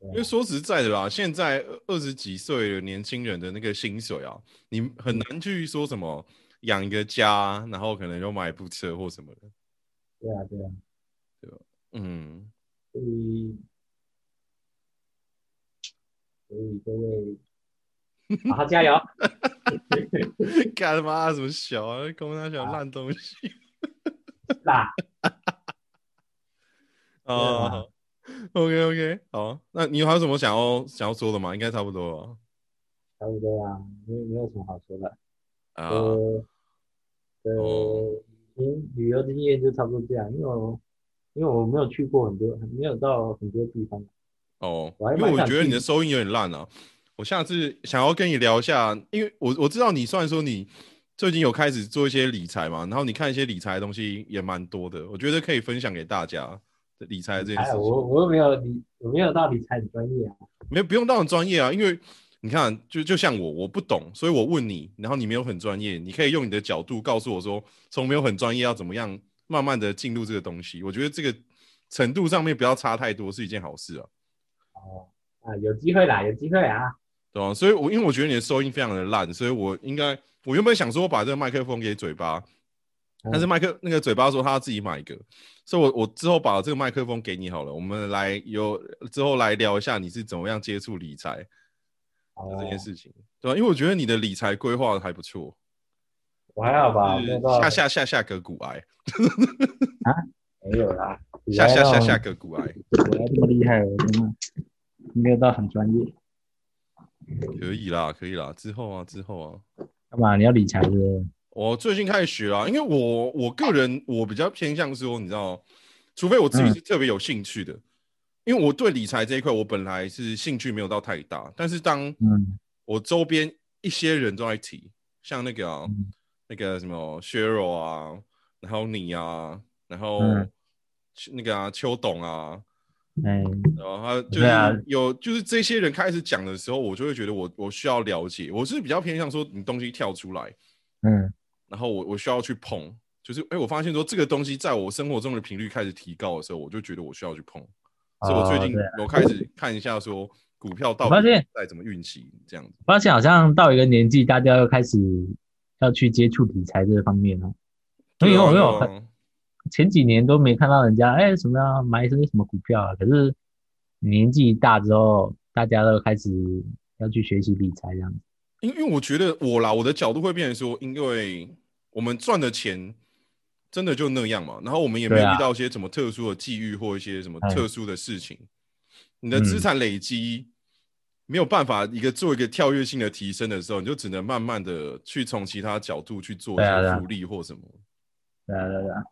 Speaker 2: 对
Speaker 1: 因
Speaker 2: 啊
Speaker 1: 为说实在的啦，现在二二十几岁的年轻人的那个薪水啊，你很难去说什么养一个家，然后可能又买一部车或什么的。
Speaker 2: 对啊，对啊，
Speaker 1: 嗯，
Speaker 2: 所以所以各位好好加油，
Speaker 1: 干他妈什么小啊，供他小烂东西
Speaker 2: 啦，
Speaker 1: 啊
Speaker 2: 啊
Speaker 1: OK OK，好，那你还有什么想要想要说的吗？应该差不多了
Speaker 2: 差不多啊，没有没有什么好说的。
Speaker 1: 啊。
Speaker 2: 呃，
Speaker 1: 哦
Speaker 2: 呃，经旅游经验就差不多这样，因为我因为我没有去过很多，没有到很多地方。
Speaker 1: 哦，
Speaker 2: 我还
Speaker 1: 因为
Speaker 2: 蛮
Speaker 1: 我
Speaker 2: 想
Speaker 1: 觉得你
Speaker 2: 去
Speaker 1: 的收音有点烂啊。我下次想要跟你聊一下，因为我我知道你虽然说你最近有开始做一些理财嘛，然后你看一些理财的东西也蛮多的，我觉得可以分享给大家理财这件事
Speaker 2: 哎，
Speaker 1: 情。
Speaker 2: 我我又没有理，我没有到理财很专业啊。
Speaker 1: 没有不用到很专业啊，因为你看，就就像我，我不懂，所以我问你，然后你没有很专业，你可以用你的角度告诉我说，从没有很专业要怎么样，慢慢的进入这个东西。我觉得这个程度上面不要差太多是一件好事啊。
Speaker 2: 哦，啊，有机会啦，有机会啊。
Speaker 1: 对啊，所以我因为我觉得你的收音非常的烂，所以我应该我原本想说把这个麦克风给嘴巴，
Speaker 2: 嗯
Speaker 1: 但是麦克那个嘴巴说他要自己买一个，所以我我之后把这个麦克风给你好了，我们来有之后来聊一下你是怎么样接触理财
Speaker 2: 哦
Speaker 1: 的，这件事情，对吧、啊因为我觉得你的理财规划还不错，
Speaker 2: 我还好吧，
Speaker 1: 是
Speaker 2: 没有到
Speaker 1: 下下下下个股癌，
Speaker 2: 没有啦，你
Speaker 1: 下
Speaker 2: 来
Speaker 1: 下
Speaker 2: 到
Speaker 1: 下下个股癌，
Speaker 2: 我来这么厉害，我真的没有到很专业。
Speaker 1: 可以啦，可以啦，之后啊，之后啊。
Speaker 2: 干嘛？你要理财的？
Speaker 1: 我最近开始学啊，因为我我个人我比较偏向说，你知道，除非我自
Speaker 2: 嗯
Speaker 1: 己是特别有兴趣的，因为我对理财这一块我本来是兴趣没有到太大，但是当
Speaker 2: 嗯
Speaker 1: 我周边一些人都在提，像那个啊、
Speaker 2: 嗯
Speaker 1: 那个什么 Sheryl 啊，然后你啊，然后
Speaker 2: 嗯
Speaker 1: 那个啊邱董啊，
Speaker 2: 哎，
Speaker 1: 然后他就
Speaker 2: 对啊
Speaker 1: 是有，就是这些人开始讲的时候，我就会觉得我我需要了解，我是比较偏向说你东西跳出来。
Speaker 2: 嗯
Speaker 1: 然后我我需要去碰，就是哎、诶我发现说这个东西在我生活中的频率开始提高的时候，我就觉得我需要去碰，所以我最近
Speaker 2: 哦对啊
Speaker 1: 有开始看一下说股票到
Speaker 2: 我发
Speaker 1: 底
Speaker 2: 现
Speaker 1: 在怎么运行这样子。
Speaker 2: 发现好像到一个年纪，大家又开始要去接触理财这方面哦。因为
Speaker 1: 对啊
Speaker 2: 我
Speaker 1: 对
Speaker 2: 有
Speaker 1: 啊
Speaker 2: 前几年都没看到人家哎什么要买什么什么股票啊，可是年纪大之后，大家都开始要去学习理财这样子。
Speaker 1: 因因为我觉得我啦，我的角度会变成说，因为我们赚的钱真的就那样嘛，然后我们也没
Speaker 2: 对
Speaker 1: 有
Speaker 2: 啊
Speaker 1: 遇到一些什么特殊的际遇或一些什么
Speaker 2: 哎
Speaker 1: 特殊的事情，你的
Speaker 2: 嗯
Speaker 1: 资产累积没有办法一个做一个跳跃性的提升的时候，你就只能慢慢的去从其他角度去做一
Speaker 2: 对啊对
Speaker 1: 些
Speaker 2: 啊
Speaker 1: 复利或什么。
Speaker 2: 对啊对啊对啊，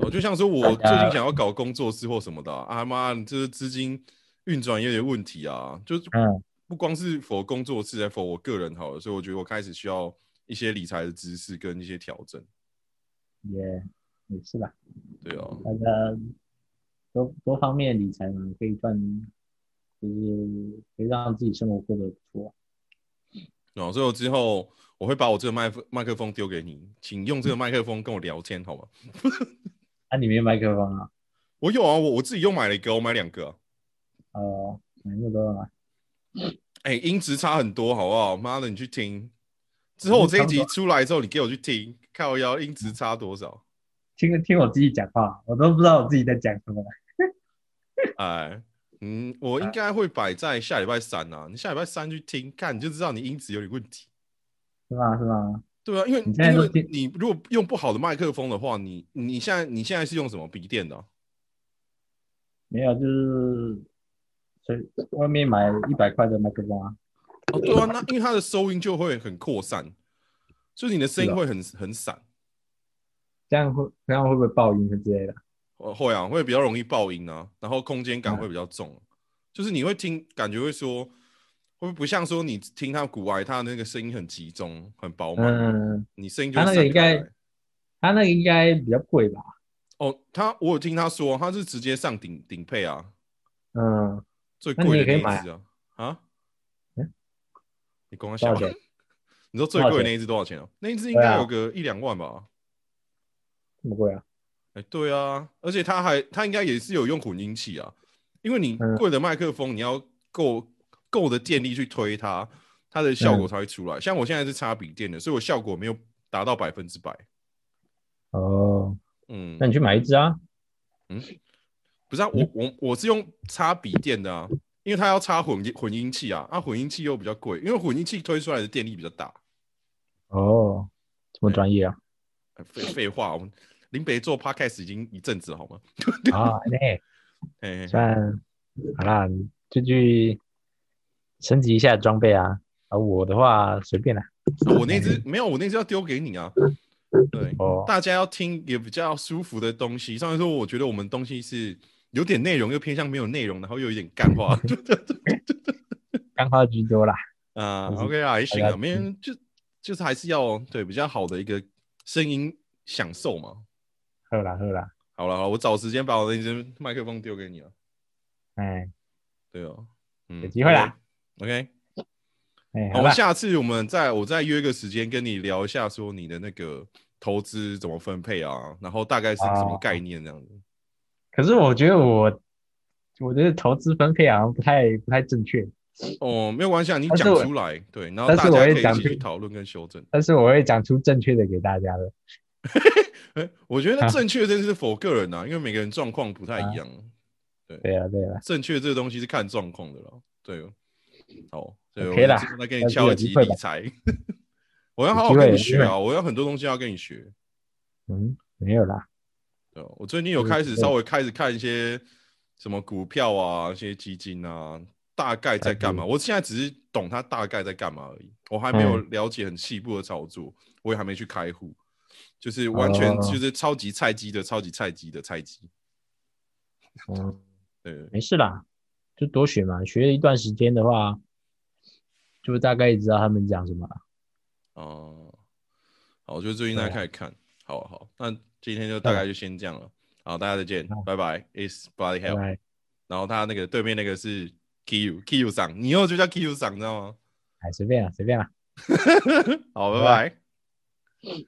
Speaker 1: 哦，就像说我最
Speaker 2: 大家
Speaker 1: 近想要搞工作室或什么的啊，啊妈，你这是资金运转也有点问题啊，就是
Speaker 2: 嗯
Speaker 1: 不光是否工作室，还否我个人好了，所以我觉得我开始需要一些理财的知识跟一些调整，
Speaker 2: 也也是吧，
Speaker 1: 对啊，
Speaker 2: 大家多多方面理财嘛，可以赚，就是可以让自己生活过得不错。
Speaker 1: 然后所以我之后我会把我这个麦克麦克风丢给你，请用这个麦克风跟我聊天好吗？
Speaker 2: 啊，你没有麦克风啊？
Speaker 1: 我有啊，我我自己又买了一个，我买两个、啊，
Speaker 2: 呃，买那么多啊？
Speaker 1: 哎、音质差很多，好不好？妈的，你去听，之后我这一集出来之后，你给我去听，看我要音质差多少。
Speaker 2: 听听我自己讲话，我都不知道我自己在讲什么了。
Speaker 1: 哎，嗯，我
Speaker 2: 哎
Speaker 1: 应该会摆在下礼拜三啊。你下礼拜三去听，看你就知道你音质有点问题。
Speaker 2: 是吗？是吗？
Speaker 1: 对啊，因为
Speaker 2: 你现在
Speaker 1: 因
Speaker 2: 都
Speaker 1: 为
Speaker 2: 听
Speaker 1: 你如果用不好的麦克风的话，你你现在你现在是用什么笔电的啊、
Speaker 2: 没有，就是随外面买一百块的麦克风啊。
Speaker 1: 哦，对啊，那因为它的收音就会很扩散，所以你的声音
Speaker 2: 是啊
Speaker 1: 会很很散，
Speaker 2: 这样会这样会不会爆音之类的？
Speaker 1: 呃会啊，会比较容易爆音啊，然后空间
Speaker 2: 嗯
Speaker 1: 感会比较重，啊就是你会听感觉会说，会不会不像说你听他古玩，他那个声音很集中很饱满，
Speaker 2: 嗯，
Speaker 1: 你声音就
Speaker 2: 他那
Speaker 1: 散
Speaker 2: 个应
Speaker 1: 开
Speaker 2: 该
Speaker 1: 来
Speaker 2: 他那个应该比较贵吧？
Speaker 1: 哦，他我有听他说他是直接上顶顶配啊，
Speaker 2: 嗯，
Speaker 1: 最
Speaker 2: 那你
Speaker 1: 贵
Speaker 2: 也
Speaker 1: 的
Speaker 2: 可以
Speaker 1: 那
Speaker 2: 买
Speaker 1: 一只啊啊，
Speaker 2: 嗯
Speaker 1: 你跟我
Speaker 2: 多
Speaker 1: 想
Speaker 2: 少，钱？
Speaker 1: 你说最
Speaker 2: 多少
Speaker 1: 贵的
Speaker 2: 钱
Speaker 1: 那一只多少钱啊？那一只应
Speaker 2: 对
Speaker 1: 该
Speaker 2: 啊
Speaker 1: 有个一两万吧。
Speaker 2: 这么贵啊？
Speaker 1: 哎、对啊，而且他还他应该也是有用混音器啊，因为你
Speaker 2: 嗯
Speaker 1: 贵的麦克风，你要够够的电力去推它，它的效
Speaker 2: 嗯
Speaker 1: 果才会出来。像我现在是插笔电的，所以我效果没有达到百分之百。
Speaker 2: 哦，
Speaker 1: 嗯
Speaker 2: 那，你去买一支啊。
Speaker 1: 不是啊，
Speaker 2: 嗯
Speaker 1: 我我我是用插笔电的啊，因为它要插混音混音器啊，啊混音器又比较贵，因为混音器推出来的电力比较大。
Speaker 2: 哦，这么专业啊？
Speaker 1: 哎废废话，我们林北做 podcast 已经一阵子了好吗？
Speaker 2: 啊，那
Speaker 1: 哎、
Speaker 2: 算好啦，你就去升级一下装备啊。啊，我的话随便啦。
Speaker 1: 我那只没有，我那只要丢给你啊。对，
Speaker 2: 哦，
Speaker 1: 大家要听也比较舒服的东西。上来说，我觉得我们东西是有点内容，又偏向没有内容，然后又有点干话。
Speaker 2: 干花居多啦。
Speaker 1: 啊、
Speaker 2: 就是
Speaker 1: o k 啊，还行
Speaker 2: 嗯大
Speaker 1: 啊，
Speaker 2: 家嗯
Speaker 1: 没人就就是还是要对比较好的一个声音享受嘛。
Speaker 2: 喝啦喝啦，
Speaker 1: 好了，好了，我找时间把我那只麦克风丢给你了。
Speaker 2: 哎
Speaker 1: 对哦，嗯，
Speaker 2: 有机会啦。
Speaker 1: OK，
Speaker 2: 哎，
Speaker 1: 好
Speaker 2: 好
Speaker 1: 我
Speaker 2: 啦
Speaker 1: 们，下次我们再我再约个时间跟你聊一下，说你的那个投资怎么分配啊，然后大概是什么
Speaker 2: 哦
Speaker 1: 概念这样子。
Speaker 2: 可是我觉得我，我觉得投资分配好像不太不太正确，
Speaker 1: 哦，没有关系啊，你
Speaker 2: 但是
Speaker 1: 讲
Speaker 2: 我
Speaker 1: 出来，对，然后
Speaker 2: 但
Speaker 1: 大
Speaker 2: 是我
Speaker 1: 家可
Speaker 2: 也
Speaker 1: 以
Speaker 2: 讲
Speaker 1: 一起
Speaker 2: 出
Speaker 1: 去讨论跟修正。
Speaker 2: 但是我会讲出正确的给大家的。
Speaker 1: 哎，我觉得
Speaker 2: 啊
Speaker 1: 正确这是否个人啊，因为每个人状况不太一样，
Speaker 2: 对啊，对啊，
Speaker 1: 正确这个东西是看状况的啦。对，哦好，对，我
Speaker 2: OK 啦
Speaker 1: 来跟你
Speaker 2: 下次
Speaker 1: 敲
Speaker 2: 有
Speaker 1: 一集
Speaker 2: 机会吧
Speaker 1: 理财， 我要
Speaker 2: 有
Speaker 1: 好好
Speaker 2: 机会
Speaker 1: 跟你
Speaker 2: 有
Speaker 1: 学
Speaker 2: 机会
Speaker 1: 啊，我有很多东西要跟你学。
Speaker 2: 嗯，没有啦，
Speaker 1: 对啊，我最近有
Speaker 2: 嗯
Speaker 1: 开始
Speaker 2: 对
Speaker 1: 稍微开始看一些什么股票啊，一些基金啊，大概在干嘛。我现在只是懂它大概在干嘛而已，我还没有
Speaker 2: 嗯
Speaker 1: 了解很细部的操作，我也还没去开户，就是完全
Speaker 2: 哦
Speaker 1: 就是超级菜鸡的、超级菜鸡的菜鸡。
Speaker 2: 嗯，
Speaker 1: 对，
Speaker 2: 没事啦，就多学嘛，学一段时间的话，就大概知道他们讲什么了。
Speaker 1: 哦、好，我就最近在
Speaker 2: 对啊
Speaker 1: 开始看。好好，那今天就大概就先这样了。好，大家再见，拜拜。Is body
Speaker 2: 拜
Speaker 1: help。
Speaker 2: 拜，
Speaker 1: 然后他那个对面那个是 Kiu Kiu 赏，你以后就叫
Speaker 2: 啊
Speaker 1: Kiu 赏，你知道吗？
Speaker 2: 哎，随便啦，随便啦。
Speaker 1: 好，拜
Speaker 2: 拜拜
Speaker 1: 拜。